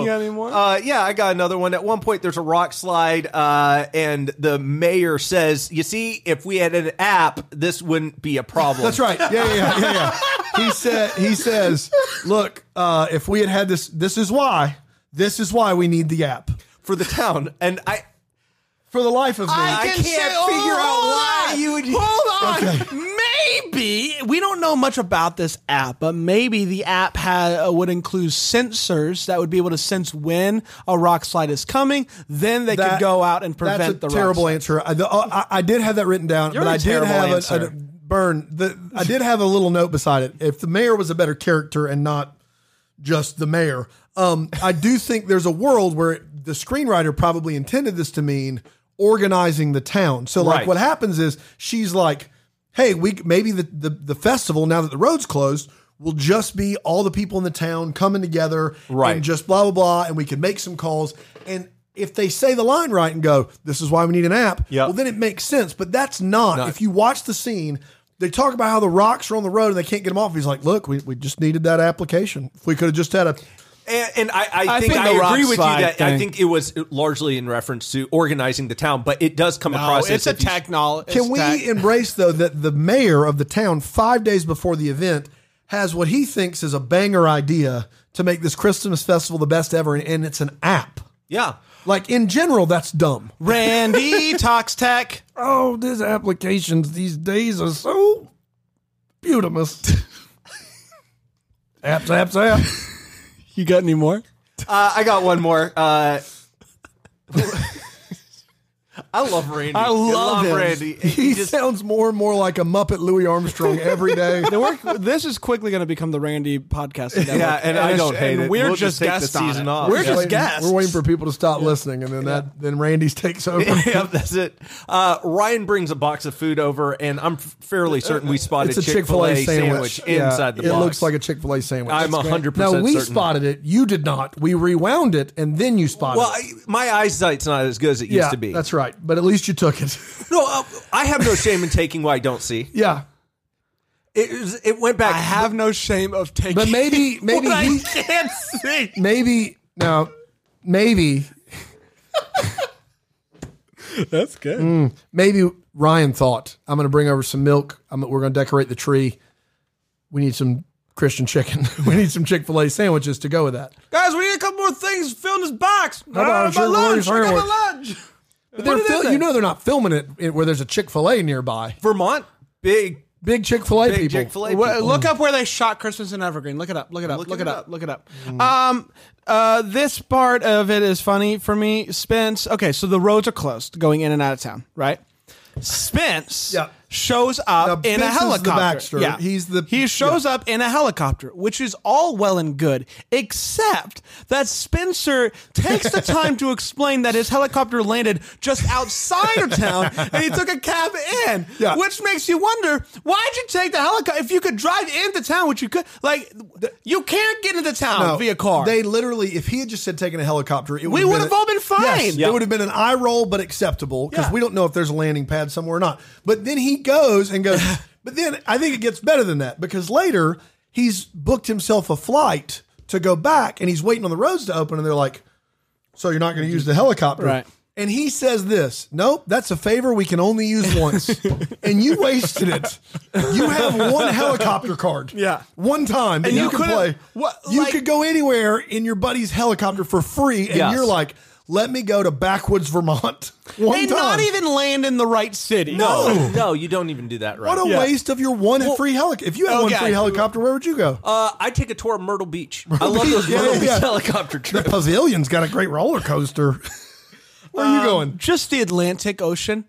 S3: <laughs>
S1: You got any more?
S2: Uh, yeah, I got another one. At one point, there's a rock slide, uh, and the mayor says, "You see, if we had an app, this wouldn't be a
S3: <laughs>
S2: problem."
S3: That's right. Yeah, yeah, yeah, yeah. yeah. He said. He says, "Look, uh, if we had had this, this is why. This is why we need the app."
S2: for the town. And I,
S3: For the life of me,
S2: I
S1: can say-
S2: can't figure
S1: oh, hold
S2: out why
S1: on.
S2: you would.
S1: Hold on. Maybe we don't know much about this app, but maybe the app had, uh, would include sensors that would be able to sense when a rock slide is coming. Then they could
S3: That-
S1: go out and prevent
S3: that's
S1: the
S3: a terrible
S1: rock
S3: answer. I, the, uh, I, I did have that written down,
S1: You're
S3: but
S1: a
S3: I did
S1: terrible
S3: have a- a,
S1: answer.
S3: burn. The, I did have a little note beside it. If the mayor was a better character and not just the mayor, um, I do think there's a world where the screenwriter probably intended this to mean organizing the town. So, like,
S2: Right.
S3: what happens is she's like, "Hey, we maybe the the, the festival now that the road's closed." Will just be all the people in the town coming together
S2: Right.
S3: and just blah blah blah, and we can make some calls. And if they say the line right and go, "This is why we need an app,"
S2: Yep.
S3: well, then it makes sense. But that's not. If you watch the scene, they talk about how the rocks are on the road and they can't get them off. He's like, "Look, we, we just needed that application. If we could have just had a
S2: And, and I, I,
S1: I
S2: think,
S1: think the
S2: I
S1: rock
S2: agree with you
S1: slide
S2: that I
S1: thing-
S2: think it was largely in reference to organizing the town, but it does come
S1: slide.
S2: across.
S1: No, it's
S2: as
S1: a
S2: if you-
S1: technology.
S3: Can
S1: <laughs>
S3: we embrace though that the mayor of the town five days before the event has what he thinks is a banger idea to make this Christmas festival the best ever, and, and it's an app.
S2: Yeah.
S3: Like in general, that's dumb.
S2: <laughs>
S1: Randy talks tech.
S3: Oh, these applications these days are so beautiful. apps, apps, apps.
S1: You got any more?
S2: Uh, I got one more. Uh, <laughs> I love Randy.
S1: I love him.
S2: Randy.
S3: He sounds more and more like a Muppet Louis Armstrong every
S2: <laughs>
S3: day.
S1: The work, this is quickly going to become the Randy podcast. Network.
S2: Yeah, and I
S1: it's-
S2: don't hate
S1: and
S2: it.
S1: We're
S2: We'll
S1: just
S2: just take the
S1: guests on
S2: season
S1: it.
S2: off.
S1: We're
S2: Yeah.
S1: just
S3: Waiting-
S1: guests.
S3: We're waiting for people to stop listening, and then that then Randy's takes
S2: <laughs>
S3: over.
S2: yep, that's it. Uh, Ryan brings a box of food over, and I'm f- fairly certain we spotted
S3: It's a Chick Fil A sandwich, Yeah,
S2: inside the
S3: It
S2: box.
S3: looks like a Chick Fil A sandwich.
S2: I'm
S3: That's great.
S2: 100%
S3: No, we
S2: certain.
S3: spotted it. You did not. We rewound it, and then you spotted.
S2: Well,
S3: it.
S2: I, my eyesight's not as good as it
S3: yeah,
S2: used to be.
S3: that's right. But at least you took it. <laughs>
S2: No, uh, I have no shame in taking what I don't see.
S3: yeah,
S2: It, was- it went back.
S1: I have
S3: <laughs>
S1: no shame of taking.
S3: but
S1: <laughs>
S2: <laughs>
S3: maybe maybe
S1: what
S3: he,
S1: I can't see.
S3: maybe now maybe
S1: That's good.
S3: mm, maybe Ryan thought I'm going to bring over some milk. I'm, we're going to decorate the tree. We need some Christian chicken. <laughs> we need some Chick Fil A sandwiches to go with that.
S1: Guys, we need a couple more things to fill in this box. I
S3: about
S2: Ah,
S1: got
S3: a sugar
S1: lunch.
S3: free
S1: I got
S3: sandwich?
S1: my lunch.
S3: But they're
S1: What is
S3: fil-
S1: it?
S3: you know they're not filming it in- where there's a Chick Fil A nearby.
S2: Vermont, big
S3: Big Chick Fil A people.
S2: Big Chick-fil-A
S1: Wh-
S2: people.
S1: Look up where they shot Christmas in Evergreen. Look it up. Look it up.
S2: looking
S1: Look it
S2: it up. Mm.
S1: up. Look it up. Um, uh, this part of it is funny for me. Spence. Okay, so the roads are closed going in and out of town, right? Spence
S3: Yeah.
S1: shows up
S3: Now,
S1: in a
S3: this is the
S1: helicopter.
S3: backstory.
S1: yeah,
S3: He's the-
S1: he shows up in a helicopter, which is all well and good, except that Spencer takes the time to explain that his helicopter landed just outside of town and he took a cab in,
S3: Yeah.
S1: which makes you wonder why'd you take the helicopter if you could drive into town, which you could. Like, you can't get into town
S3: No,
S1: via car.
S3: They literally, if he had just said taking a helicopter, it
S1: We
S3: would
S1: would have
S3: a-
S1: all been fine.
S3: Yes,
S1: Yeah.
S3: It would have been an eye roll, but acceptable because
S1: Yeah.
S3: we don't know if there's a landing pad somewhere or not. But then he goes and
S1: <laughs>
S3: goes. but then I think it gets better than that because later he's booked himself a flight to go back, and he's waiting on the roads to open, and they're like, "So you're not going to use the helicopter?"
S1: Right.
S3: And he says this, nope, that's a favor we can only use
S1: <laughs>
S3: once. and you wasted it. You have one helicopter card.
S1: Yeah.
S3: One time and
S1: And
S3: you,
S1: you
S3: could
S1: couldn't-
S3: play.
S1: what,
S3: you
S1: like-
S3: could go anywhere in your buddy's helicopter for free, and
S2: Yes.
S3: you're like, "Let me go to backwoods Vermont." <laughs> One
S1: and
S3: time.
S1: not even land in the right city.
S2: No, no, you don't even do that right.
S3: what a
S1: Yeah. oh,
S3: waste of your one
S2: Well-
S3: free helicopter. If you had one
S1: Okay.
S3: free helicopter, where would you go?
S1: Oh.
S2: uh, I take a tour of Myrtle Beach. I love
S3: Beach,
S2: those
S3: yeah,
S2: Myrtle
S3: yeah,
S2: Beach
S3: yeah.
S2: helicopter
S3: the
S2: trips.
S3: pavilion's got a great roller coaster. <laughs> where are you going?
S1: Just Um, the Atlantic Ocean.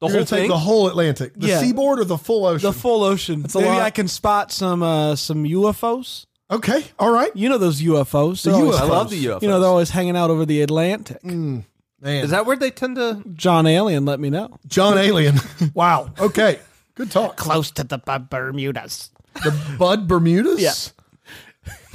S2: The
S3: You're
S2: whole
S3: going to take
S2: thing.
S3: the whole Atlantic, the
S1: Yeah.
S3: seaboard, or the full ocean?
S1: The full ocean.
S3: a
S1: Maybe
S3: lot.
S1: I can spot some uh, some UFOs.
S3: okay, all right,
S1: You know those UFOs. They're
S3: The
S1: always-
S2: I
S3: UFOs.
S2: love the UFOs.
S1: You know they're always hanging out over the Atlantic.
S3: man.
S2: is that where they tend to?
S1: John Alien, let me know. <laughs>
S3: John Alien? wow. Okay, good talk.
S1: Close to the Bermudas.
S3: The Bud Bermudas.
S1: Yeah.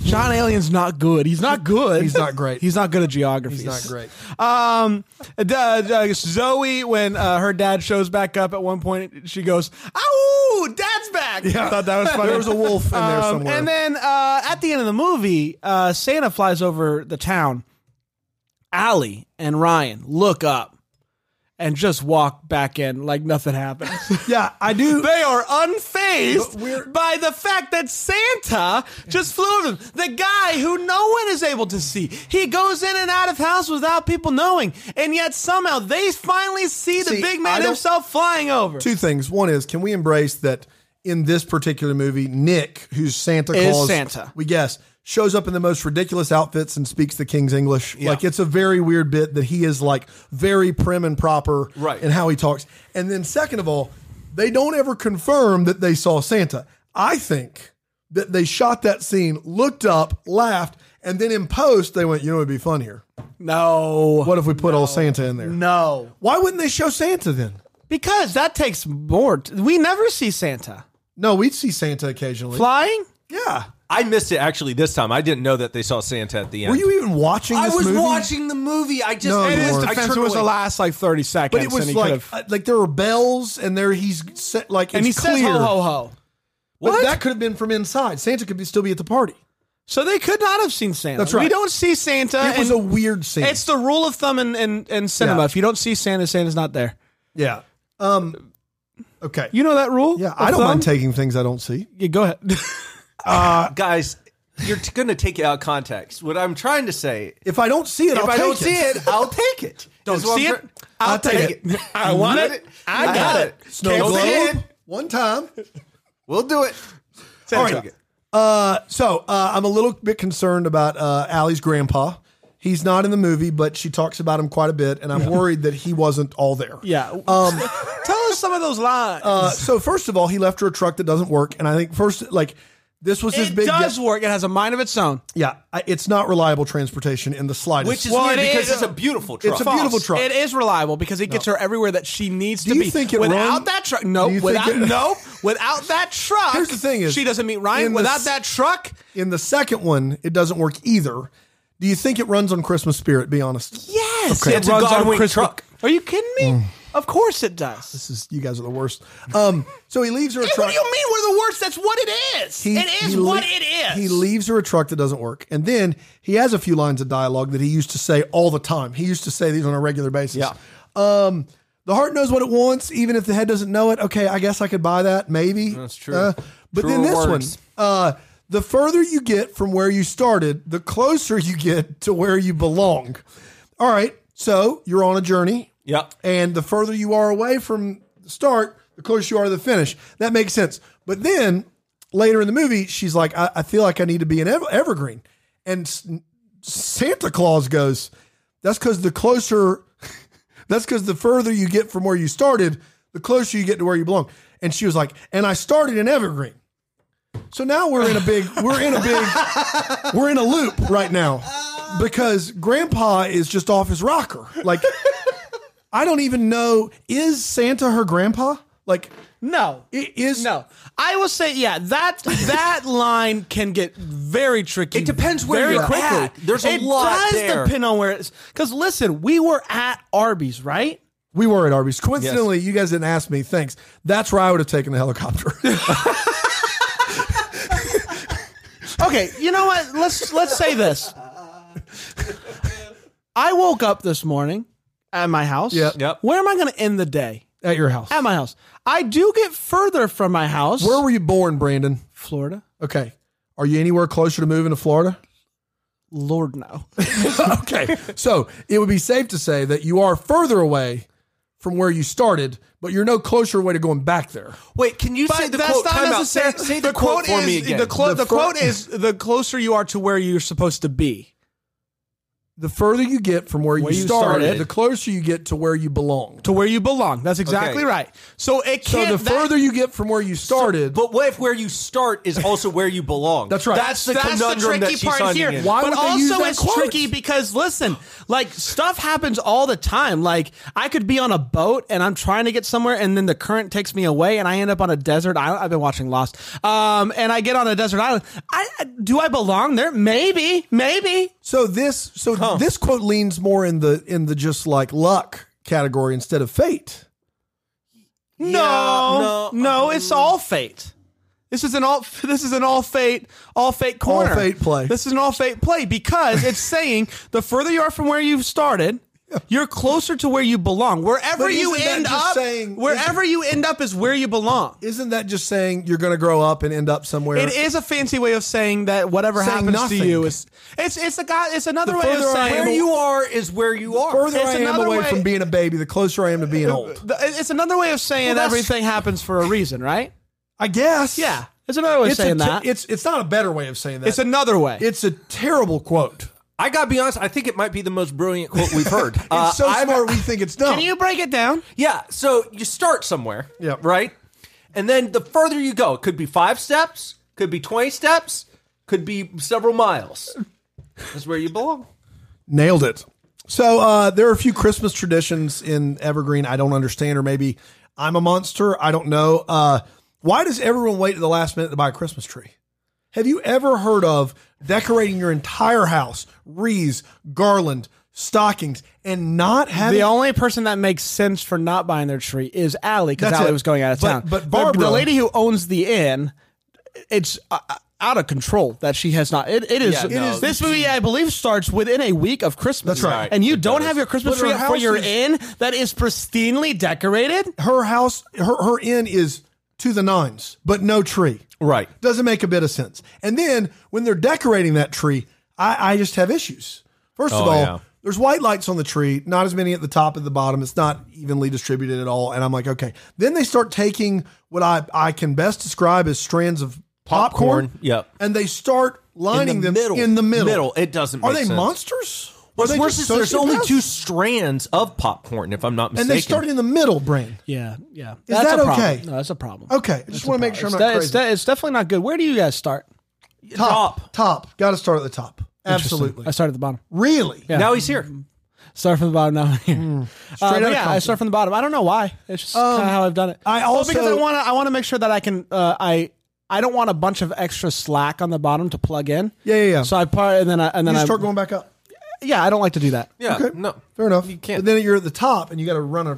S1: John Alien's not good. He's not good.
S3: He's not great.
S1: He's not good at geography.
S3: He's not great.
S1: Um, d- uh, d- uh, Zoe, when uh, her dad shows back up at one point, she goes, "Ow, dad's back!"
S3: Yeah.
S1: I thought
S3: <laughs>
S1: that was funny.
S3: There was a wolf in there
S1: Um,
S3: somewhere.
S1: And then uh, at the end of the movie, uh, Santa flies over the town. Allie and Ryan look up and just walk back in like nothing happened.
S3: <laughs> yeah, I do.
S1: they are
S3: But we're-
S1: unfazed by the fact that Santa just flew over them. The guy who no one is able to see. He goes in and out of house without people knowing. And yet somehow they finally see the
S3: See,
S1: big
S3: I
S1: man
S3: don't-
S1: himself flying over.
S3: two things. One is, can we embrace that in this particular movie, Nick, who's Santa
S1: Is
S3: Claus,
S1: Santa.
S3: we guess, shows up in the most ridiculous outfits and speaks the king's English. Like it's a very weird bit that he is like very prim and proper
S2: Right.
S3: in how he talks. And then second of all, they don't ever confirm that they saw Santa. I think that they shot that scene, looked up, laughed, and then in post they went, you know, it'd be fun here.
S1: No.
S3: What if we put all Santa in there?
S1: No.
S3: Why wouldn't they show Santa then?
S1: Because that takes more. T- we never see Santa
S3: No, we'd see Santa occasionally.
S1: flying.
S3: yeah.
S2: I missed it actually this time. I didn't know that they saw Santa at the end.
S3: Were you even watching?
S2: I
S3: this
S2: was
S3: movie?
S2: watching the movie. I just
S3: No,
S2: I
S3: you
S2: just-
S3: weren't.
S2: I
S1: Defense
S2: turned
S1: was
S2: away.
S1: the last like thirty seconds,
S3: But it was
S1: and he could
S3: like
S1: have.
S3: uh, like there were bells, and there he's set, like
S1: And he
S3: it's
S1: says
S3: clear.
S1: ho ho ho.
S3: But
S1: What?
S3: that could have been from inside. Santa could be, still be at the party.
S1: So they could not have seen Santa.
S3: That's right.
S1: We don't see Santa.
S3: It was
S1: and-
S3: a weird scene.
S1: It's the rule of thumb in, in, in cinema.
S3: Yeah.
S1: If you don't see Santa, Santa's not there.
S3: yeah. Um. Okay.
S1: You know that rule?
S3: yeah,
S1: of
S3: I don't
S1: thumb?
S3: mind taking things I don't see.
S1: Yeah, go
S3: <laughs>
S1: ahead.
S2: guys. You're t- going to take it out of context. What I'm trying to say,
S3: If I don't see it,
S2: if
S3: I'll
S2: I
S3: take
S2: don't see it, I'll take it.
S1: Don't
S2: Is what
S1: see
S2: I'm
S1: it?
S2: try-
S1: I'll take it. I want
S2: Let
S1: it. I got it.
S3: Snow
S2: Can't see
S3: globe.
S2: it.
S3: One time.
S2: We'll do it.
S3: All right. Uh, so uh, I'm a little bit concerned about uh, Allie's grandpa. He's not in the movie, but she talks about him quite a bit, and I'm worried that he wasn't all there.
S1: yeah. Um, <laughs> Tell us some of those lines.
S3: Uh, so first of all, he left her a truck that doesn't work, and I think first like this was his
S1: it
S3: big
S1: does work. It has a mind of its own.
S3: yeah. I, it's not reliable transportation in the slightest.
S2: Which is
S1: Well,
S2: weird
S1: it
S2: because
S1: is-
S2: it's a beautiful truck.
S3: It's a beautiful
S1: False.
S3: truck.
S1: It is reliable because it gets her everywhere that she needs
S3: Do
S1: to
S3: you
S1: be.
S3: think it
S1: without
S3: run-
S1: that truck,
S3: Do
S1: no.
S3: you think
S1: Without
S3: it-
S1: no. Without that truck,
S3: Here's the thing is,
S1: she doesn't meet Ryan.
S3: in the
S1: Without
S3: s-
S1: that truck,
S3: in the second one, it doesn't work either. Do you think it runs on Christmas spirit? Be honest.
S1: yes,
S2: It's a Godwin truck.
S1: Are you kidding me? Of course it does.
S3: Mm. This is, you guys are the worst. Um, so he leaves her a
S1: Hey,
S3: truck.
S1: What do you mean we're the worst? That's what it is.
S3: He-
S1: it is
S3: he le-
S1: what it is.
S3: He leaves her a truck that doesn't work. And then he has a few lines of dialogue that he used to say all the time. He used to say these on a regular basis.
S2: Yeah.
S3: Um, the heart knows what it wants, even if the head doesn't know it. Okay, I guess I could buy that, maybe. That's
S2: true.
S3: but then
S2: Truer
S3: this
S2: words.
S3: one. Uh, the further you get from where you started, the closer you get to where you belong. All right, so you're on a journey.
S2: Yep.
S3: And the further you are away from the start, the closer you are to the finish. That makes sense. But then later in the movie, she's like, I, I feel like I need to be an ever- evergreen. And S- Santa Claus goes, That's because the closer, <laughs> that's because the further you get from where you started, the closer you get to where you belong. And she was like, And I started an evergreen. So now we're in a big, we're in a big, <laughs> we're in a loop right now because grandpa is just off his rocker. Like, I don't even know, is Santa her grandpa? Like,
S1: No.
S3: it is.
S1: no. I will say, yeah, that
S2: <laughs>
S1: that line can get very tricky.
S2: It depends where
S1: very
S2: you're
S1: quickly.
S2: at. There's a
S1: it
S2: lot
S1: does
S2: there.
S1: depend on where it's. Because listen, we were at Arby's, right?
S3: We were at Arby's. Coincidentally, you guys didn't ask me. Thanks. That's where I would have taken the helicopter. <laughs>
S1: Okay, you know what? Let's let's say
S2: <laughs>
S1: this. I woke up this morning at my house.
S3: Yep.
S2: Yep.
S1: Where am I going to end the day?
S3: at your house.
S1: At my house. I do get further from my house.
S3: Where were you born, Brandon?
S1: Florida?
S3: Okay. Are you anywhere closer to moving to
S1: <laughs>
S3: Florida?
S1: Lord no.
S3: okay. So it would be safe to say that you are further away from where you started, but you're no closer away to going back there.
S2: Wait, can you say the
S1: that's
S2: quote?
S1: not
S2: Time out. Say,
S1: necessar-
S2: say the, quote, for
S1: is
S2: me again.
S1: the, clo-
S3: The
S1: the
S3: fir-
S1: quote is the closer you are to where you're supposed to be.
S3: The further you get from where,
S1: Where
S3: you,
S1: you
S3: started,
S1: started.
S3: the closer you get to where you belong.
S1: To where you belong. That's exactly
S2: Okay.
S1: right. So it
S3: So
S1: can't
S3: the
S1: that-
S3: further you get from where you started,
S2: but what if where you start is also where you
S3: <laughs>
S2: belong?
S3: That's right.
S2: That's the
S1: that's the
S2: conundrum
S1: tricky
S2: that she's
S1: part
S2: finding
S1: here.
S2: in.
S3: Why
S1: but
S3: would they use
S1: also
S3: that
S1: it's
S3: quote?
S1: tricky because listen, like stuff happens all the time. Like I could be on a boat and I'm trying to get somewhere, and then the current takes me away, and I end up on a desert island. I've been watching Lost, um, and I get on a desert island. I do I belong there? Maybe, maybe.
S3: So this so this quote leans more in the in the just like luck category instead of fate.
S1: No,
S2: no.
S1: no,
S3: Mm-hmm.
S1: It's all fate. This is an all. <laughs> This is an all fate. All fate corner.
S3: fate play.
S1: This is an all fate play because
S3: <laughs>
S1: it's saying the further you are from where you've started, you're closer to where you belong. Wherever
S3: But
S1: you
S3: isn't that
S1: end
S3: just
S1: up,
S3: saying-
S1: wherever you end up is where you belong.
S3: Isn't that just saying you're going to grow up and end up somewhere?
S1: It is a fancy way of saying that whatever
S3: Saying
S1: happens
S3: nothing.
S1: to you is it's it's a guy it's another
S3: The
S1: way of
S3: further I am
S1: saying
S2: Where you are is where you are.
S3: Further
S1: It's
S3: I am
S1: another
S3: away
S1: way- Uh,
S3: from being a baby, the closer I am to being old.
S1: The- it's another way of saying
S2: that's-
S1: everything happens for a reason, right?
S3: I guess.
S1: Yeah, it's another way of
S3: It's, a
S1: saying
S3: te-
S1: that.
S3: it's it's not a better way of saying that.
S1: it's another way.
S3: it's a terrible quote.
S2: I gotta be honest. I think it might be the most brilliant quote we've heard. it's
S3: <laughs> It's so smart we think it's
S1: Uh,
S3: dumb.
S1: Can you break it down?
S2: Yeah. So you start somewhere.
S3: Yep.
S2: Right. And then the further you go, it could be five steps, could be twenty steps, could be several miles. That's where you belong.
S3: Nailed it. So uh, there are a few Christmas traditions in Evergreen I don't understand, or maybe I'm a monster. I don't know. Uh, why does everyone wait to the last minute to buy a Christmas tree? Have you ever heard of decorating your entire house, wreaths, garland, stockings, and not having
S1: The only person that makes sense for not buying their tree is Allie because
S3: That's
S1: Allie
S3: it.
S1: was going out of
S3: But-
S1: town.
S3: but
S1: The- the,
S3: Barbara-
S1: lady who owns the inn, it's uh, uh, out of control that she has not. It, it is.
S2: Yeah, no,
S1: this movie, I believe, starts within a week of Christmas.
S3: That's right.
S1: And you don't have your Christmas
S3: But
S1: tree
S3: her
S1: up for
S3: house
S1: your
S3: is-
S1: inn that is pristinely decorated?
S3: her house, her, her inn is to the nines, but no tree?
S2: Right.
S3: Doesn't make a bit of sense. And then when they're decorating that tree, I, I just have issues. First of
S2: Oh,
S3: all,
S2: yeah.
S3: there's white lights on the tree, not as many at the top and the bottom. It's not evenly distributed at all. And I'm like, okay. Then they start taking what I, I can best describe as strands of popcorn.
S2: Popcorn, yep.
S3: And they start lining them in the middle.
S2: Middle. It doesn't.
S3: Are
S2: make
S3: they
S2: sense.
S3: monsters? Are
S2: What's
S3: they
S2: worse
S3: just
S2: is there's only
S3: sociopaths?
S2: two strands of popcorn, if I'm not mistaken.
S3: And they started in the middle, brain.
S1: Yeah, yeah. Is
S3: that
S1: a problem.
S3: okay?
S1: No, that's a problem.
S3: Okay. I just want to make sure I'm
S1: It's,
S3: not
S1: de-
S3: crazy.
S1: it's, de- it's definitely not good. Where do you guys start?
S3: top. Top. Got to start at the top. Absolutely.
S1: I start at the bottom.
S3: Really?
S2: Now he's here.
S3: Mm-hmm.
S1: Start from the bottom now. Here.
S3: Hmm.
S1: Uh,
S3: outta
S1: but yeah, I
S3: Compton. Um,
S1: start from the bottom. I don't know why. It's just kind of how I've done it.
S3: I
S1: Well,
S3: also-
S1: because I want to. I want to make sure that I can. Uh, I I don't want a bunch of extra slack on the bottom to plug in.
S3: Yeah, yeah, yeah.
S1: So I part and then I and then
S3: You
S1: I
S3: start going back up.
S1: Yeah, I don't like to do that.
S2: Yeah. No.
S3: Fair enough.
S2: You can't.
S3: But then you're at the top and you got to run a,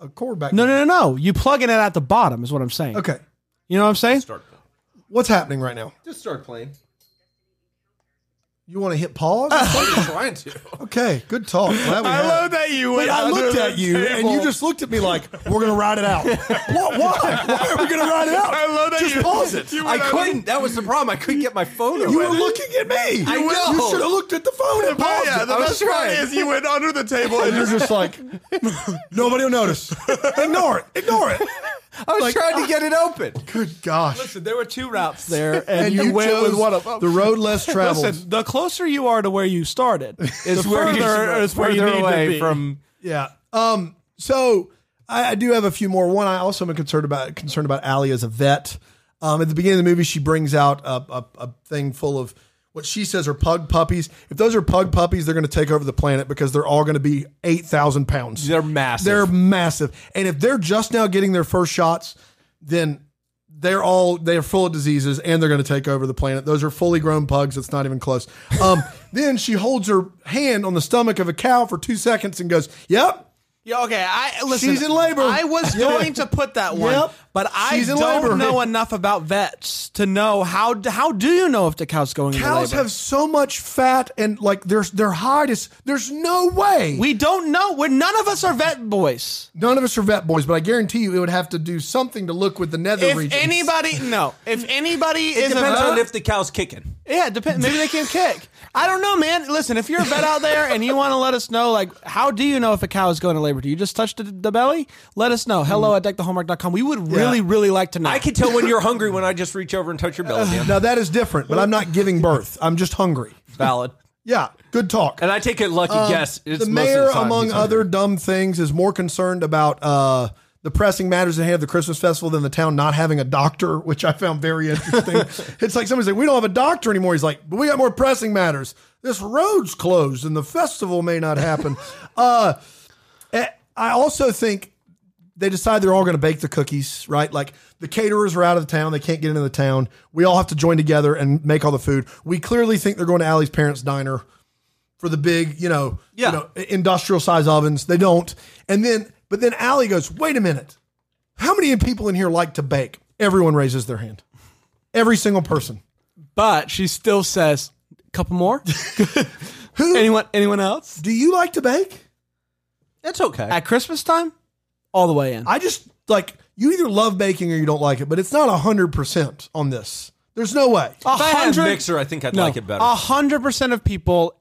S3: a cord back.
S1: No, no, no, no. You plug in it at the bottom is what I'm saying.
S3: Okay.
S1: You know what I'm saying?
S2: Start.
S3: What's happening right now?
S2: Just start playing.
S3: <laughs> You want to hit pause?
S2: I'm trying to.
S3: okay. Good talk. Glad we had it.
S4: that you
S3: Wait, I looked at you and you just looked at me like, we're going to ride it out. what? Why? Why are we going to ride it out?
S4: I love that
S3: Just
S4: you-
S3: pause it.
S4: you-
S2: I couldn't. That was the problem. I couldn't get my phone.
S3: You were
S2: away.
S3: looking at me.
S2: I
S3: You
S2: know.
S3: You should have looked at the phone and paused
S4: Yeah,
S3: it.
S4: the
S3: I was
S4: best part
S3: trying.
S4: is you went under the table
S3: and
S4: and
S3: <laughs> you're just like, nobody will notice. Ignore it. Ignore it.
S2: I was trying to get it open.
S3: Good gosh.
S1: There were two routes <laughs> there, and,
S3: And
S1: you,
S3: you
S1: went
S3: chose
S1: with one of them.
S3: the road less traveled.
S1: Listen, the closer you are to where you started, is <laughs> the further is where you
S2: further
S1: need
S2: away
S1: to be.
S2: from.
S3: Yeah. Um. So I, I do have a few more. One, I also am concerned about concerned about Allie as a vet. Um. At the beginning of the movie, she brings out a a, a thing full of what she says are pug puppies. If those are pug puppies, they're going to take over the planet because they're all going to be eight thousand pounds.
S2: They're massive.
S3: They're massive. And if they're just now getting their first shots, then they're all they're full of diseases and they're going to take over the planet. Those are fully grown pugs. It's not even close. Um, <laughs> then she holds her hand on the stomach of a cow for two seconds and goes, "Yep,
S1: Yeah, okay. I listen.
S3: She's in labor.
S1: I
S3: <laughs>
S1: was going to put that one,
S3: Yep.
S1: but I
S3: She's in
S1: don't
S3: labor.
S1: know enough about vets to know how. How do you know if the cow's going into
S3: cows
S1: labor?
S3: have so much fat and like their their hide is there's no way
S1: we don't know. We're none of us are vet boys.
S3: none of us are vet boys, but I guarantee you it would have to do something to look with the nether
S1: If
S3: regions.
S1: anybody, no.
S3: <laughs>
S1: If anybody is a
S2: Depends
S1: vet,
S2: on if the cow's kicking.
S1: yeah, depend. Maybe they can kick. I don't know, man. Listen, if you're a vet out there and you want to let us know, like, how do you know if a cow is going to labor? Do you just touch the, the belly? Let us know.
S3: Mm.
S1: Hello at deckthehomework.com. We would really, really like to know.
S2: I can tell when you're hungry when I just reach over and touch your
S1: Uh,
S2: belly. Dan.
S3: now that is different, but I'm not giving birth. I'm just hungry.
S2: Valid.
S3: Yeah, good talk.
S2: And I take a lucky
S1: Um,
S2: guess. It's
S3: Uh, the
S2: most of
S3: mayor,
S2: time
S3: among
S2: he's hungry.
S3: other dumb things, is more concerned about uh, the pressing matters ahead of the Christmas festival than the town not having a doctor, which I found very
S2: <laughs>
S3: interesting. it's like somebody's like, "We don't have a doctor anymore." He's like, "But we got more pressing matters. This road's closed, and the festival may not
S2: <laughs>
S3: happen." uh, eh, I also think they decide they're all going to bake the cookies, right? Like the caterers are out of the town. They can't get into the town. We all have to join together and make all the food. We clearly think they're going to Allie's parents' diner for the big, you know,
S2: Yeah.
S3: you know industrial size ovens. They don't. And then, but then Allie goes, wait a minute. How many people in here like to bake? Everyone raises their hand. Every single person.
S1: but she still says, couple <laughs> more?
S3: Who
S1: anyone anyone else?
S3: do you like to bake?
S2: It's okay.
S1: At Christmas time? All the way in.
S3: I just like you either love baking or you don't like it, but it's not hundred percent on this. There's no
S1: A
S3: way.
S2: If I had a
S1: hundred-
S2: mixer, I think I'd
S1: no,
S2: like it better.
S1: A hundred percent of people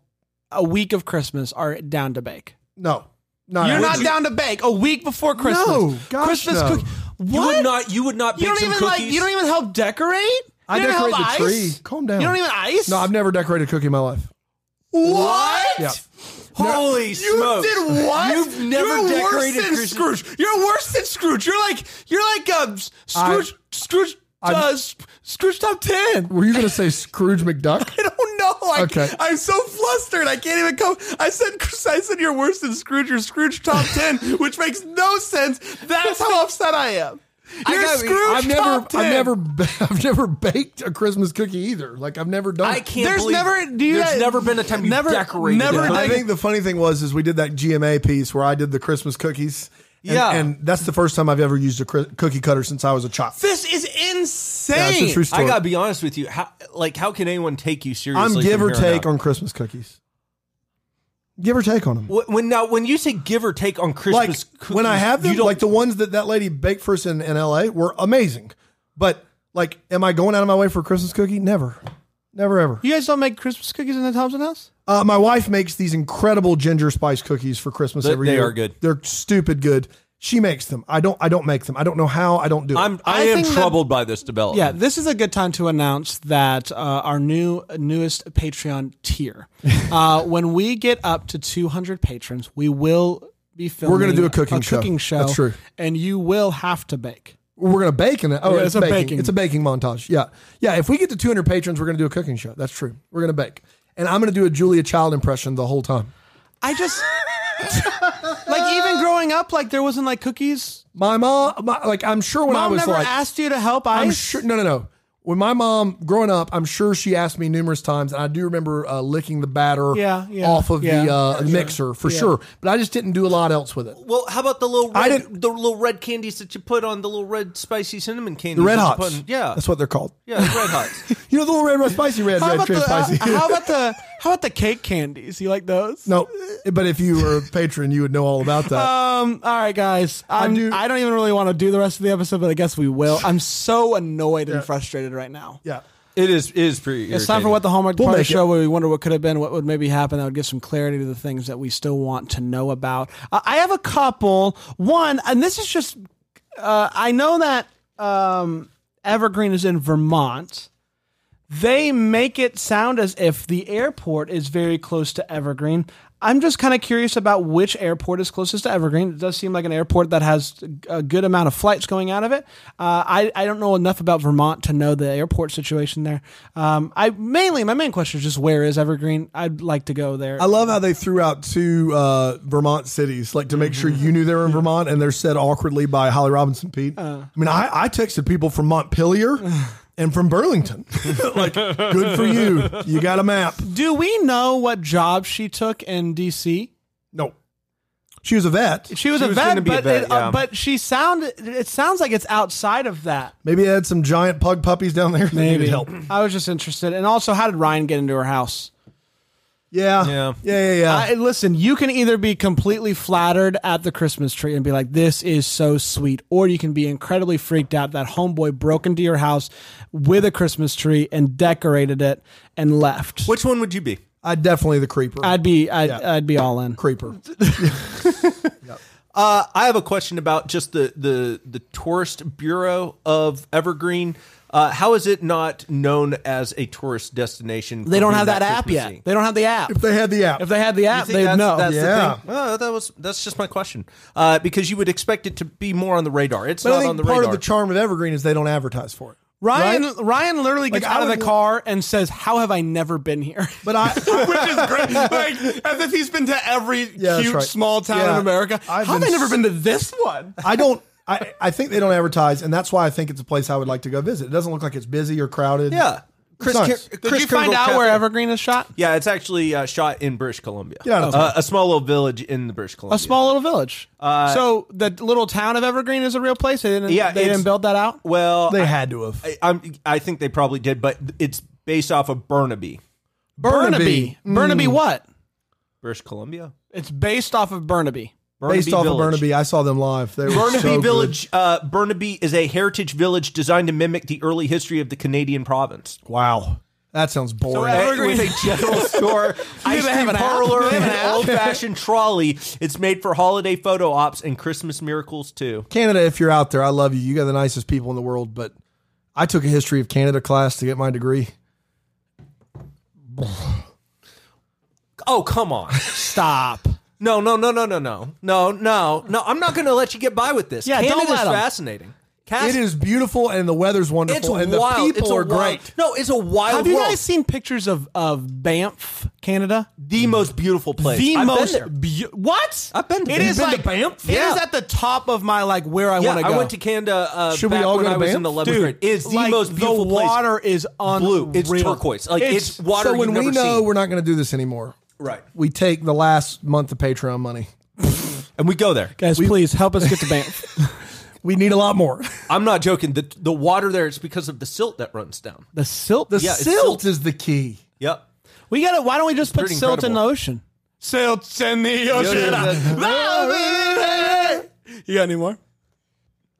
S1: a week of Christmas are down to bake.
S3: No. Not
S1: You're
S3: at
S1: not
S3: all.
S1: down to bake a week before Christmas.
S3: No, gosh,
S1: Christmas
S3: no.
S1: cookie.
S2: you
S1: What?
S2: would not. You would not bake
S1: You don't
S2: some
S1: even
S2: cookies.
S1: like. You don't even help decorate.
S3: I
S1: you don't
S3: decorate
S1: help
S3: the
S1: ice?
S3: tree. Calm down.
S1: You don't even ice.
S3: No, I've never decorated a cookie in my life.
S1: what? <laughs>
S3: Yeah.
S2: Holy smokes!
S1: did what?
S2: You've never
S1: You're
S2: decorated
S1: worse than
S2: Christmas-
S1: Scrooge. You're worse than Scrooge. You're like you're like um Scrooge Scrooge uh, S- Scrooge top ten. <laughs>
S3: Were you going to say Scrooge McDuck?
S1: I don't know. I,
S3: Okay.
S1: I'm so flustered. I can't even come. I said, I said you're worse than Scrooge. You're Scrooge top ten, which makes no sense. That's how upset I am. You're
S3: I got-
S1: Scrooge
S3: I've never,
S1: top ten.
S3: I've never, <laughs> ba- I've never baked a Christmas cookie either. Like I've never done.
S2: I
S3: it.
S2: can't.
S1: There's
S2: believe-
S1: never- do you
S2: there's
S1: guys-
S2: never been a time you
S1: never-
S2: decorated.
S1: never
S2: it.
S1: did-
S3: I think the funny thing was is we did that GMA piece where I did the Christmas cookies. And,
S2: Yeah.
S3: and that's the first time I've ever used a cri- cookie cutter since I was a child.
S1: This is
S3: Yeah, it's
S1: insane.
S3: a true
S2: I
S3: story.
S2: gotta be honest with you. How, like, how can anyone take you
S3: I'm
S2: seriously?
S3: give
S2: from
S3: or
S2: here
S3: take
S2: out?
S3: on Christmas cookies. Give or take on them.
S2: Wh- when now when you say give or take on
S3: like
S2: Christmas cookies,
S3: when I have them,
S2: you don't,
S3: like the ones that that lady baked for us in, in L.A. were amazing. But like, am I going out of my way for a Christmas cookie? Never, never, ever.
S1: you guys don't make Christmas cookies in the Thompson house?
S3: Uh, my wife makes these incredible ginger spice cookies for Christmas
S2: They-
S3: every
S2: they
S3: year.
S2: are good.
S3: They're stupid good. She makes them. I don't. I don't make them. I don't know how. I don't do it.
S2: I'm
S1: I
S2: I, am
S1: think that-
S2: troubled by this development.
S1: Yeah, this is a good time to announce that uh, our new newest Patreon
S3: <laughs>
S1: tier. Uh, when we get up to 200 patrons, we will be filming.
S3: We're gonna do a cooking show.
S1: cooking show.
S3: That's true.
S1: And you will have to bake.
S3: We're gonna bake in it. Oh,
S1: Yeah,
S3: it's,
S1: it's a
S3: baking.
S1: baking.
S3: It's a baking montage. Yeah, yeah. If we get to 200 patrons, we're gonna do a cooking show. That's true. We're gonna bake, and I'm gonna do a Julia Child impression the whole time.
S1: I just <laughs> like even growing up, like there wasn't like cookies.
S3: My mom, my, like I'm sure when I
S1: Mom
S3: was
S1: never
S3: like,
S1: asked you to help ice.
S3: I'm sure. No, no, no. When my mom growing up, I'm sure she asked me numerous times, and I do remember uh, licking the batter
S1: Yeah, yeah,
S3: off of
S1: yeah,
S3: the uh, mixer for sure. But I just didn't do a lot else with it.
S2: Well, how about the little
S3: I
S2: red,
S3: didn't-
S2: the little red candies that you put on the little red spicy cinnamon candies?
S3: The red
S2: that you
S3: hots.
S2: put in- yeah,
S3: that's what they're called.
S2: yeah, the red hots.
S3: You know the little red, red spicy, red,
S1: how
S3: red,
S1: about
S3: red,
S1: the
S3: spicy.
S1: uh, how about the how about the cake candies? You like those?
S3: <laughs> no, but if you were a patron, you would know all about that.
S1: Um. All right, guys. I'm, I,
S3: do-
S1: don't even really want to do the rest of the episode, but I guess we
S3: <laughs>
S1: will. I'm so annoyed and frustrated right now.
S3: yeah.
S2: <laughs> it is it is pretty.
S1: It's time for what the Hallmark
S3: We'll
S1: part of
S3: make
S1: the show where we wonder what could have been, what would maybe happen. That would give some clarity to the things that we still want to know about. Uh, I have a couple. One, and this is just uh, I know that um, Evergreen is in Vermont. They make it sound as if the airport is very close to Evergreen. I'm just kind of curious about which airport is closest to Evergreen. It does seem like an airport that has a good amount of flights going out of it. Uh, I, I don't know enough about Vermont to know the airport situation there. Um, I mainly my main question is just where is Evergreen? I'd like to go there.
S3: I love how they threw out two uh, Vermont cities, like to make sure you knew they were in Vermont, and they're said awkwardly by Holly Robinson Pete. I mean, I, I texted people from Montpelier and from Burlington. <laughs> like, good for you. You got a map.
S1: Do we know what job she took in DC?
S3: No. She was a vet.
S1: She was
S2: She
S1: a
S2: was gonna
S1: vet,
S2: be a
S1: but
S2: vet,
S1: it, uh,
S2: yeah.
S1: but she sounded. It sounds like it's outside of that.
S3: Maybe they had some giant pug puppies down there. They needed help.
S1: I was just interested, and also, how did Ryan get into her house?
S3: Yeah.
S2: Yeah.
S3: Yeah. Yeah. Yeah.
S1: I, listen, you can either be completely flattered at the Christmas tree and be like, "This is so sweet," or you can be incredibly freaked out that homeboy broke into your house with a Christmas tree and decorated it and left.
S2: Which one would you be?
S3: I definitely the creeper.
S1: I'd be, I'd, I'd be all in.
S3: creeper.
S2: Uh, I have a question about just the the the tourist bureau of Evergreen. Uh, how is it not known as a tourist destination?
S1: They don't have that, app yet. They don't have the app.
S3: If they had the app.
S1: If they had the app,
S2: think
S1: they'd
S2: that's,
S1: know.
S2: that's the
S3: Yeah.
S2: thing? Well, that was that's just my question uh, because you would expect it to be more on the radar. It's
S3: but I
S2: not on
S3: think
S2: the
S3: part
S2: radar. <laughs>
S3: of the charm of Evergreen is they don't advertise for it.
S1: Ryan
S3: Right?
S1: Ryan literally
S3: Like,
S1: gets out
S3: I
S1: of the
S3: would-
S1: car and says, "How have I never been here?"
S3: But I,
S4: Which is great. Like, as if he's been to
S1: <laughs>
S4: every
S3: Yeah, that's
S4: cute
S3: right.
S4: small town
S3: Yeah.
S4: in America.
S3: I've
S4: How have I
S3: been
S4: never
S3: s-
S4: been to this one?
S3: I don't. I, I think they don't advertise, and that's why I think it's a place I would like to go visit. It doesn't look like it's busy or crowded.
S2: <laughs> yeah, Chris.
S3: nice.
S2: Ker-
S3: Did
S1: Did
S2: Chris
S1: you find
S2: Kringle
S1: out
S2: Cafe.
S1: where Evergreen is shot?
S2: Yeah, it's actually uh, shot in British Columbia.
S3: Get out of
S2: uh, a small little village in the British Columbia.
S1: A small little village. so the little town of Evergreen is a real place. They didn't.
S2: Yeah,
S1: they
S2: it's-
S1: didn't build that out.
S2: Well,
S3: They had to have.
S2: I, I'm, I think they probably did, but it's based off of Burnaby,
S1: Burnaby. Burnaby. What?
S2: British Columbia.
S1: It's based off of Burnaby.
S2: Burnaby
S3: Based off
S2: Village.
S3: of Burnaby, I saw them live. They were
S2: Burnaby
S3: so good.
S2: Village. Uh, Burnaby is a heritage village designed to mimic the early history of the Canadian province.
S3: Wow, that sounds boring.
S2: Uh, With a
S1: <laughs>
S2: general store, ice
S1: they have
S2: cream
S1: an app? Do
S2: parlor,
S1: they have
S2: and
S1: an
S2: an
S1: app?
S2: old-fashioned trolley. It's made for holiday photo ops and Christmas miracles too.
S3: Canada, if you're out there, I love you. You got the nicest people in the world. But I took a history of Canada class to get my degree.
S2: Oh come on!
S1: Stop.
S2: <laughs> No, no, no, no, no, no, no, no, no. I'm not going to let you get by with this.
S1: Yeah, don't
S2: Canada's
S1: let 'em.
S2: fascinating.
S3: It
S2: Cas-
S3: is beautiful, and the weather's
S2: It's
S3: wonderful, and the
S2: wild.
S3: people
S2: it's a
S3: are
S2: wild-
S3: great.
S2: No, it's a wild
S1: Have you
S2: world.
S1: guys seen pictures of of Banff, Canada?
S2: the most beautiful place.
S1: The
S2: I've
S1: most
S2: Been there.
S1: beau- what?
S2: I've been to
S1: It
S2: Banff.
S1: is
S2: You've been
S1: like
S2: to Banff?
S1: It is
S2: Yeah.
S1: at the top of my like where I
S2: Yeah,
S1: want to go.
S2: I went to Canada. Uh,
S3: Should we
S2: back
S3: all
S2: when
S3: go to
S2: I was
S3: Banff?
S2: in the 11th grade.
S1: Dude,
S2: It is the
S1: like,
S2: most beautiful
S1: The
S2: place.
S1: water is unreal.
S2: blue. It's turquoise. Like it's, water.
S3: So when
S2: you've
S3: we
S2: never
S3: know
S2: seen.
S3: we're not going to do this anymore,
S2: right,
S3: we take the last month of Patreon money.
S2: and we go there.
S1: guys, please help us get to Banff.
S3: We need a lot more. <laughs>
S2: I'm not joking. The the water there is because of the silt that runs down.
S1: <laughs> the silt. The
S2: Yeah, it's
S3: Silt is the key.
S2: Yep.
S1: We got to Why don't we just put
S2: pretty
S1: silt in the
S2: incredible.
S1: ocean?
S4: Silts in the ocean.
S1: You got any more?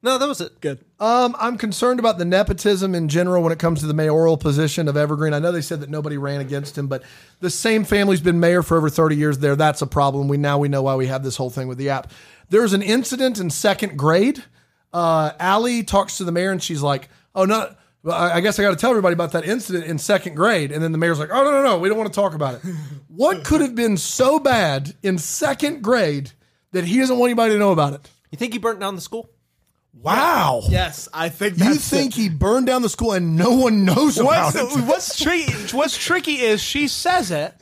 S2: No, that was it.
S1: Good.
S3: Um, I'm concerned about the nepotism in general when it comes to the mayoral position of Evergreen. I know they said that nobody ran against him, but the same family's been mayor for over 30 years there. That's a problem. We now we know why we have this whole thing with the app. There's an incident in second grade. Uh, Allie talks to the mayor and she's like, "Oh no, well, I I guess I got to tell everybody about that incident in second grade." And then the mayor's like, "Oh no, no, no, we don't want to talk about it." what could have been so bad in second grade that he doesn't want anybody to know about it?
S2: You think he burnt down the school?
S3: Wow.
S1: Yes, I think
S3: You think he burned down the school and no one knows
S1: what's,
S3: about <laughs>
S1: what's tricky? What's tricky is she says it,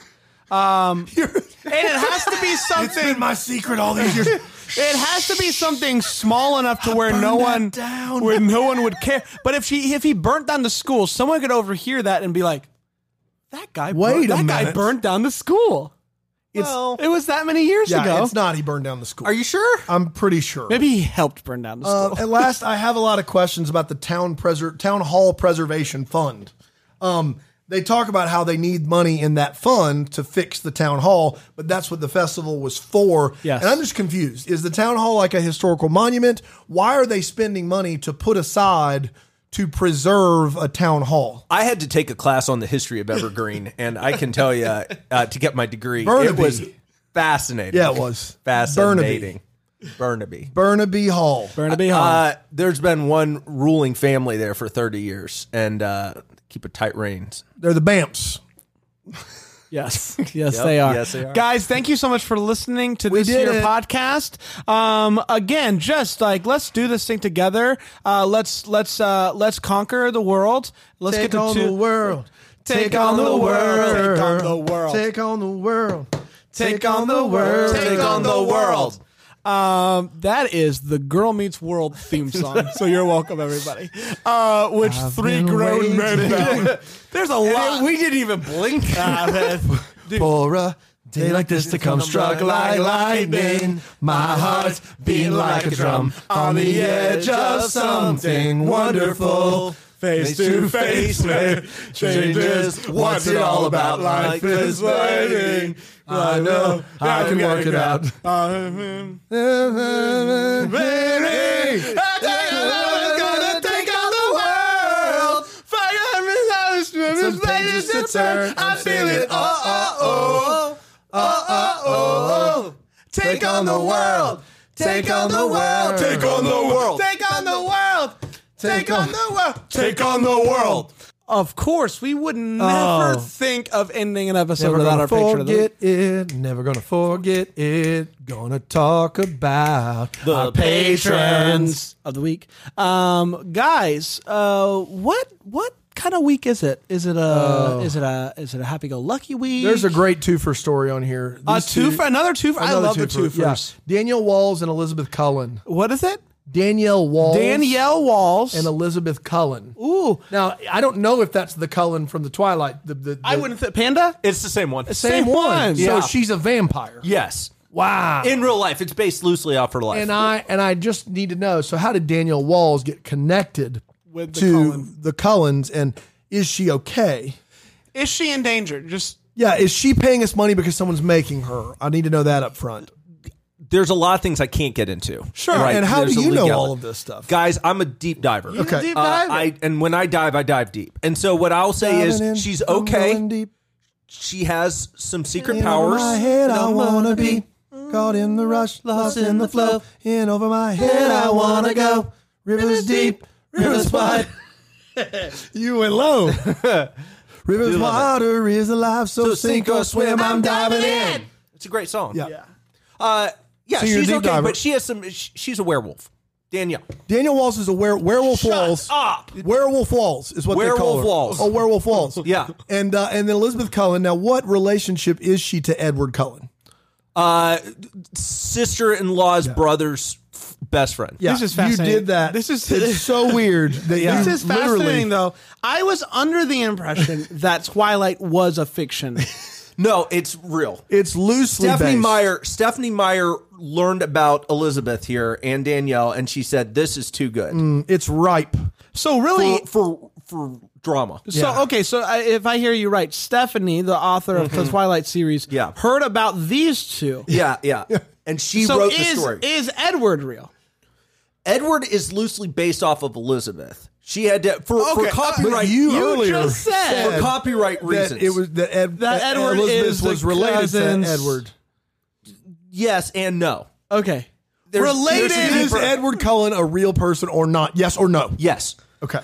S1: um,
S3: it? <laughs>
S1: and it has to be something.
S3: my secret all
S1: <laughs>
S3: these years.
S1: It has to be something small enough to where no one where no one would care. But if she if he burnt down the school, someone could overhear that and be like, "That guy,
S3: Wait a
S1: burned, that guy
S3: minute.
S1: burned down the school." It's,
S2: Well-
S1: it was that many years
S3: yeah,
S1: ago.
S3: it's not. He burned down the school.
S2: Are you sure?
S3: I'm pretty sure.
S1: Maybe he helped burn down the school.
S3: Uh, at last, I have a lot of questions about the town preser- town hall preservation fund. Um, they talk about how they need money in that fund to fix the town hall, but that's what the festival was for.
S1: Yes.
S3: And I'm just confused. Is the town hall like a historical monument? Why are they spending money to put aside to preserve a town hall?
S2: I had to take a class on the history
S3: <laughs>
S2: of Evergreen, and I can tell you uh, to get my degree,
S3: Burnaby.
S2: it was fascinating.
S3: Yeah, it was.
S2: fascinating. Burnaby.
S3: Burnaby Hall.
S1: Burnaby Hall.
S2: Uh, there's been one ruling family there for 30 years, and uh, keep it tight reins.
S3: They're the Bamps.
S1: Yes, yes, they are.
S2: yes, they are.
S1: Guys, thank you so much for listening to this
S3: did
S1: year
S3: it.
S1: podcast. Um, again, just like let's do this thing together. Uh, let's let's uh, let's conquer the world. Let's
S3: Take
S1: get to
S3: on
S1: two-
S3: the world.
S1: Take on the world.
S3: Take on
S1: the world.
S3: Take on the world.
S1: Take on the world.
S2: Take on the world.
S1: Um, that is the Girl Meets World theme song. so you're welcome, everybody. Uh, which three
S3: been
S1: grown
S3: waiting.
S1: men? now- <laughs> There's a lot. <laughs>
S2: We didn't
S3: <laughs>
S2: even blink.
S3: Ah, For a day like this to come, struck like lightning. My heart's beating like a drum on the edge of something wonderful.
S1: face to face with
S3: Changes, what's it all about? Life is waiting. I know I can work it out. Baby, gonna take on the world. Some pages to turn. I'm feeling oh
S2: uh-uh.
S3: oh oh oh oh oh. Take on the world. Take on the world.
S4: Take on the world.
S1: Take on the world.
S3: Take on the world.
S4: Take on the world.
S1: Of course, we would never
S3: Oh.
S1: think of ending an episode
S3: Never
S1: without
S3: gonna
S1: our picture. Of the week.
S3: forget it. Never gonna forget it. Gonna talk about the our patrons.
S1: of the week, um, guys. Uh, what what kind of week is it? Is it a is it a is it a happy go lucky week?
S3: Oh. There's a great twofer story on here.
S1: a
S3: These
S1: two for another two. I
S3: another
S1: love the two
S3: yeah.
S1: first.
S3: Danielle Walls and Elizabeth Cullen.
S1: What is it?
S3: Danielle Walls
S1: Danielle Walls.
S3: and Elizabeth Cullen.
S1: Ooh,
S3: Now I don't know if that's the Cullen from the Twilight. The, the,
S1: I
S3: the
S1: wouldn't. Th- Panda.
S2: It's the same one.
S1: same one.
S3: So
S1: Yeah.
S3: she's a vampire.
S2: Yes.
S3: Wow.
S2: In real life, it's based loosely off her life.
S3: and I and I just need to know. So how did Danielle Walls get connected
S1: With the
S3: to
S1: Cullen.
S3: the Cullens, and is she okay?
S1: Is she in danger? Just
S3: Yeah, is she paying us money because someone's making her? I need to know that up front.
S2: There's a lot of things I can't get into.
S3: Sure, and how
S2: There's
S3: do
S2: a
S3: you know
S2: legality.
S3: all of this stuff?
S2: Guys, I'm a deep diver.
S3: Okay.
S1: deep
S2: Uh,
S1: dive.
S2: I and when I dive, I dive deep. And so what I'll say
S3: Diving in,
S2: is she's
S3: I'm
S2: okay.
S3: going deep.
S2: She has some secret
S3: In over
S2: powers.
S3: my head, I wanna be caught in the rush, lost in the flow. In over my head, I wanna go. Rivers deep, rivers wide. <laughs> you went low. rivers water is alive, so, sink or swim. I'm diving in.
S2: It's a great song.
S3: Yeah.
S2: Uh, yeah,
S3: So you're a
S2: she's
S3: deep
S2: okay,
S3: diver.
S2: but she has some. sh- She's a werewolf. Danielle.
S3: Daniel Walls is a were- werewolf walls.
S2: up.
S3: Werewolf walls is what they call
S2: Werewolf
S3: her.
S2: Walls.
S3: Oh, werewolf <laughs> walls.
S2: Yeah.
S3: and uh, and then Elizabeth Cullen. Now, what relationship is she to Edward Cullen?
S2: Uh, sister-in-law's brother's f- best friend.
S3: Yeah,
S1: This is fascinating.
S3: You did that.
S1: This is- <laughs>
S3: <laughs> it's so weird. That you
S1: This is fascinating,
S3: literally-
S1: though. I was under the
S2: <laughs>
S1: impression that Twilight was a fiction.
S2: No, it's real.
S3: It's loosely
S2: Stephanie
S3: based.
S2: Meyer. Stephanie Meyer learned about Elizabeth here and Danielle, and she said this is too good
S3: It's ripe.
S1: So really,
S2: for, for for drama.
S1: so okay. So I, if I hear you right, Stephanie, the author of the Twilight series,
S2: Mhm. Yeah.
S1: heard about these two.
S2: Yeah,
S3: <laughs>
S2: yeah. And she
S1: so
S2: wrote
S1: is
S2: the story.
S1: is Edward real?
S2: Edward is loosely based off of Elizabeth. She had to for, for
S1: Okay, uh,
S2: copyright.
S3: you earlier
S1: just said
S2: for copyright
S3: that
S2: reasons.
S3: it was that, Ed,
S1: That Edward
S3: Elizabeth
S1: is the
S3: was related
S1: cousin's-
S3: to Edward.
S2: yes and no.
S1: Okay. Related
S2: there's a
S3: Is
S2: deeper-
S3: Edward Cullen a real person or not? Yes or no?
S2: Yes,
S3: Okay.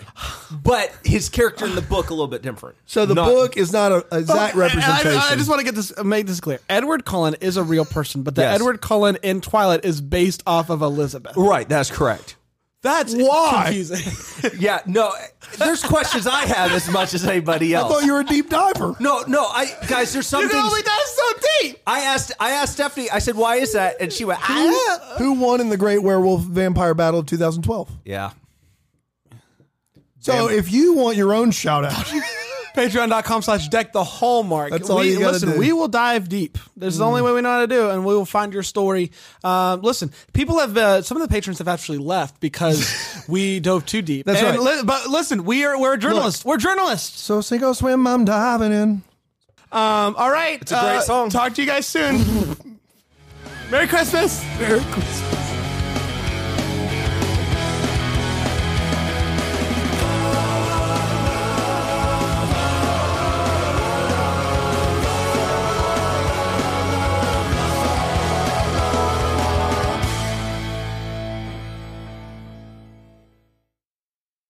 S2: but his character in the book a little bit different.
S3: So the
S2: Not-
S3: book is not a exact
S1: Okay,
S3: representation.
S1: I, I just want to get this, make this clear. Edward Cullen is a real person, but the
S2: Yes.
S1: Edward Cullen in Twilight is based off of Elizabeth.
S2: right. That's correct.
S1: That's
S3: Why?
S1: confusing. <laughs>
S2: Yeah. No. There's questions I have as much as anybody
S3: I
S2: else.
S3: thought you were a
S1: <laughs>
S3: deep diver.
S2: no, no. I guys, there's
S1: you
S2: something.
S1: can only dive so deep.
S2: I asked. I asked Stephanie. I said, "Why is that?" And she went, "Ah."
S3: Who won in the Great Werewolf Vampire Battle of 2012?
S2: Yeah.
S3: So if you want your own shout out,
S1: Patreon.com slash deck the hallmark.
S3: That's all
S1: we,
S3: you gotta
S1: listen,
S3: do. Mm.
S1: we will dive deep. This is the only way we know how to do, it, and we will find your story. Um, listen, people have uh, some of the patrons have actually left
S3: <laughs>
S1: because we dove too deep.
S3: That's
S1: And
S3: right.
S1: li- but listen, we are we're journalists. We're journalists.
S3: so sink or swim, I'm diving in.
S1: Um,
S3: uh,
S1: all right, it's
S2: a great
S3: <laughs>
S2: song.
S1: Talk to you guys soon. Merry Christmas.
S3: Merry Christmas.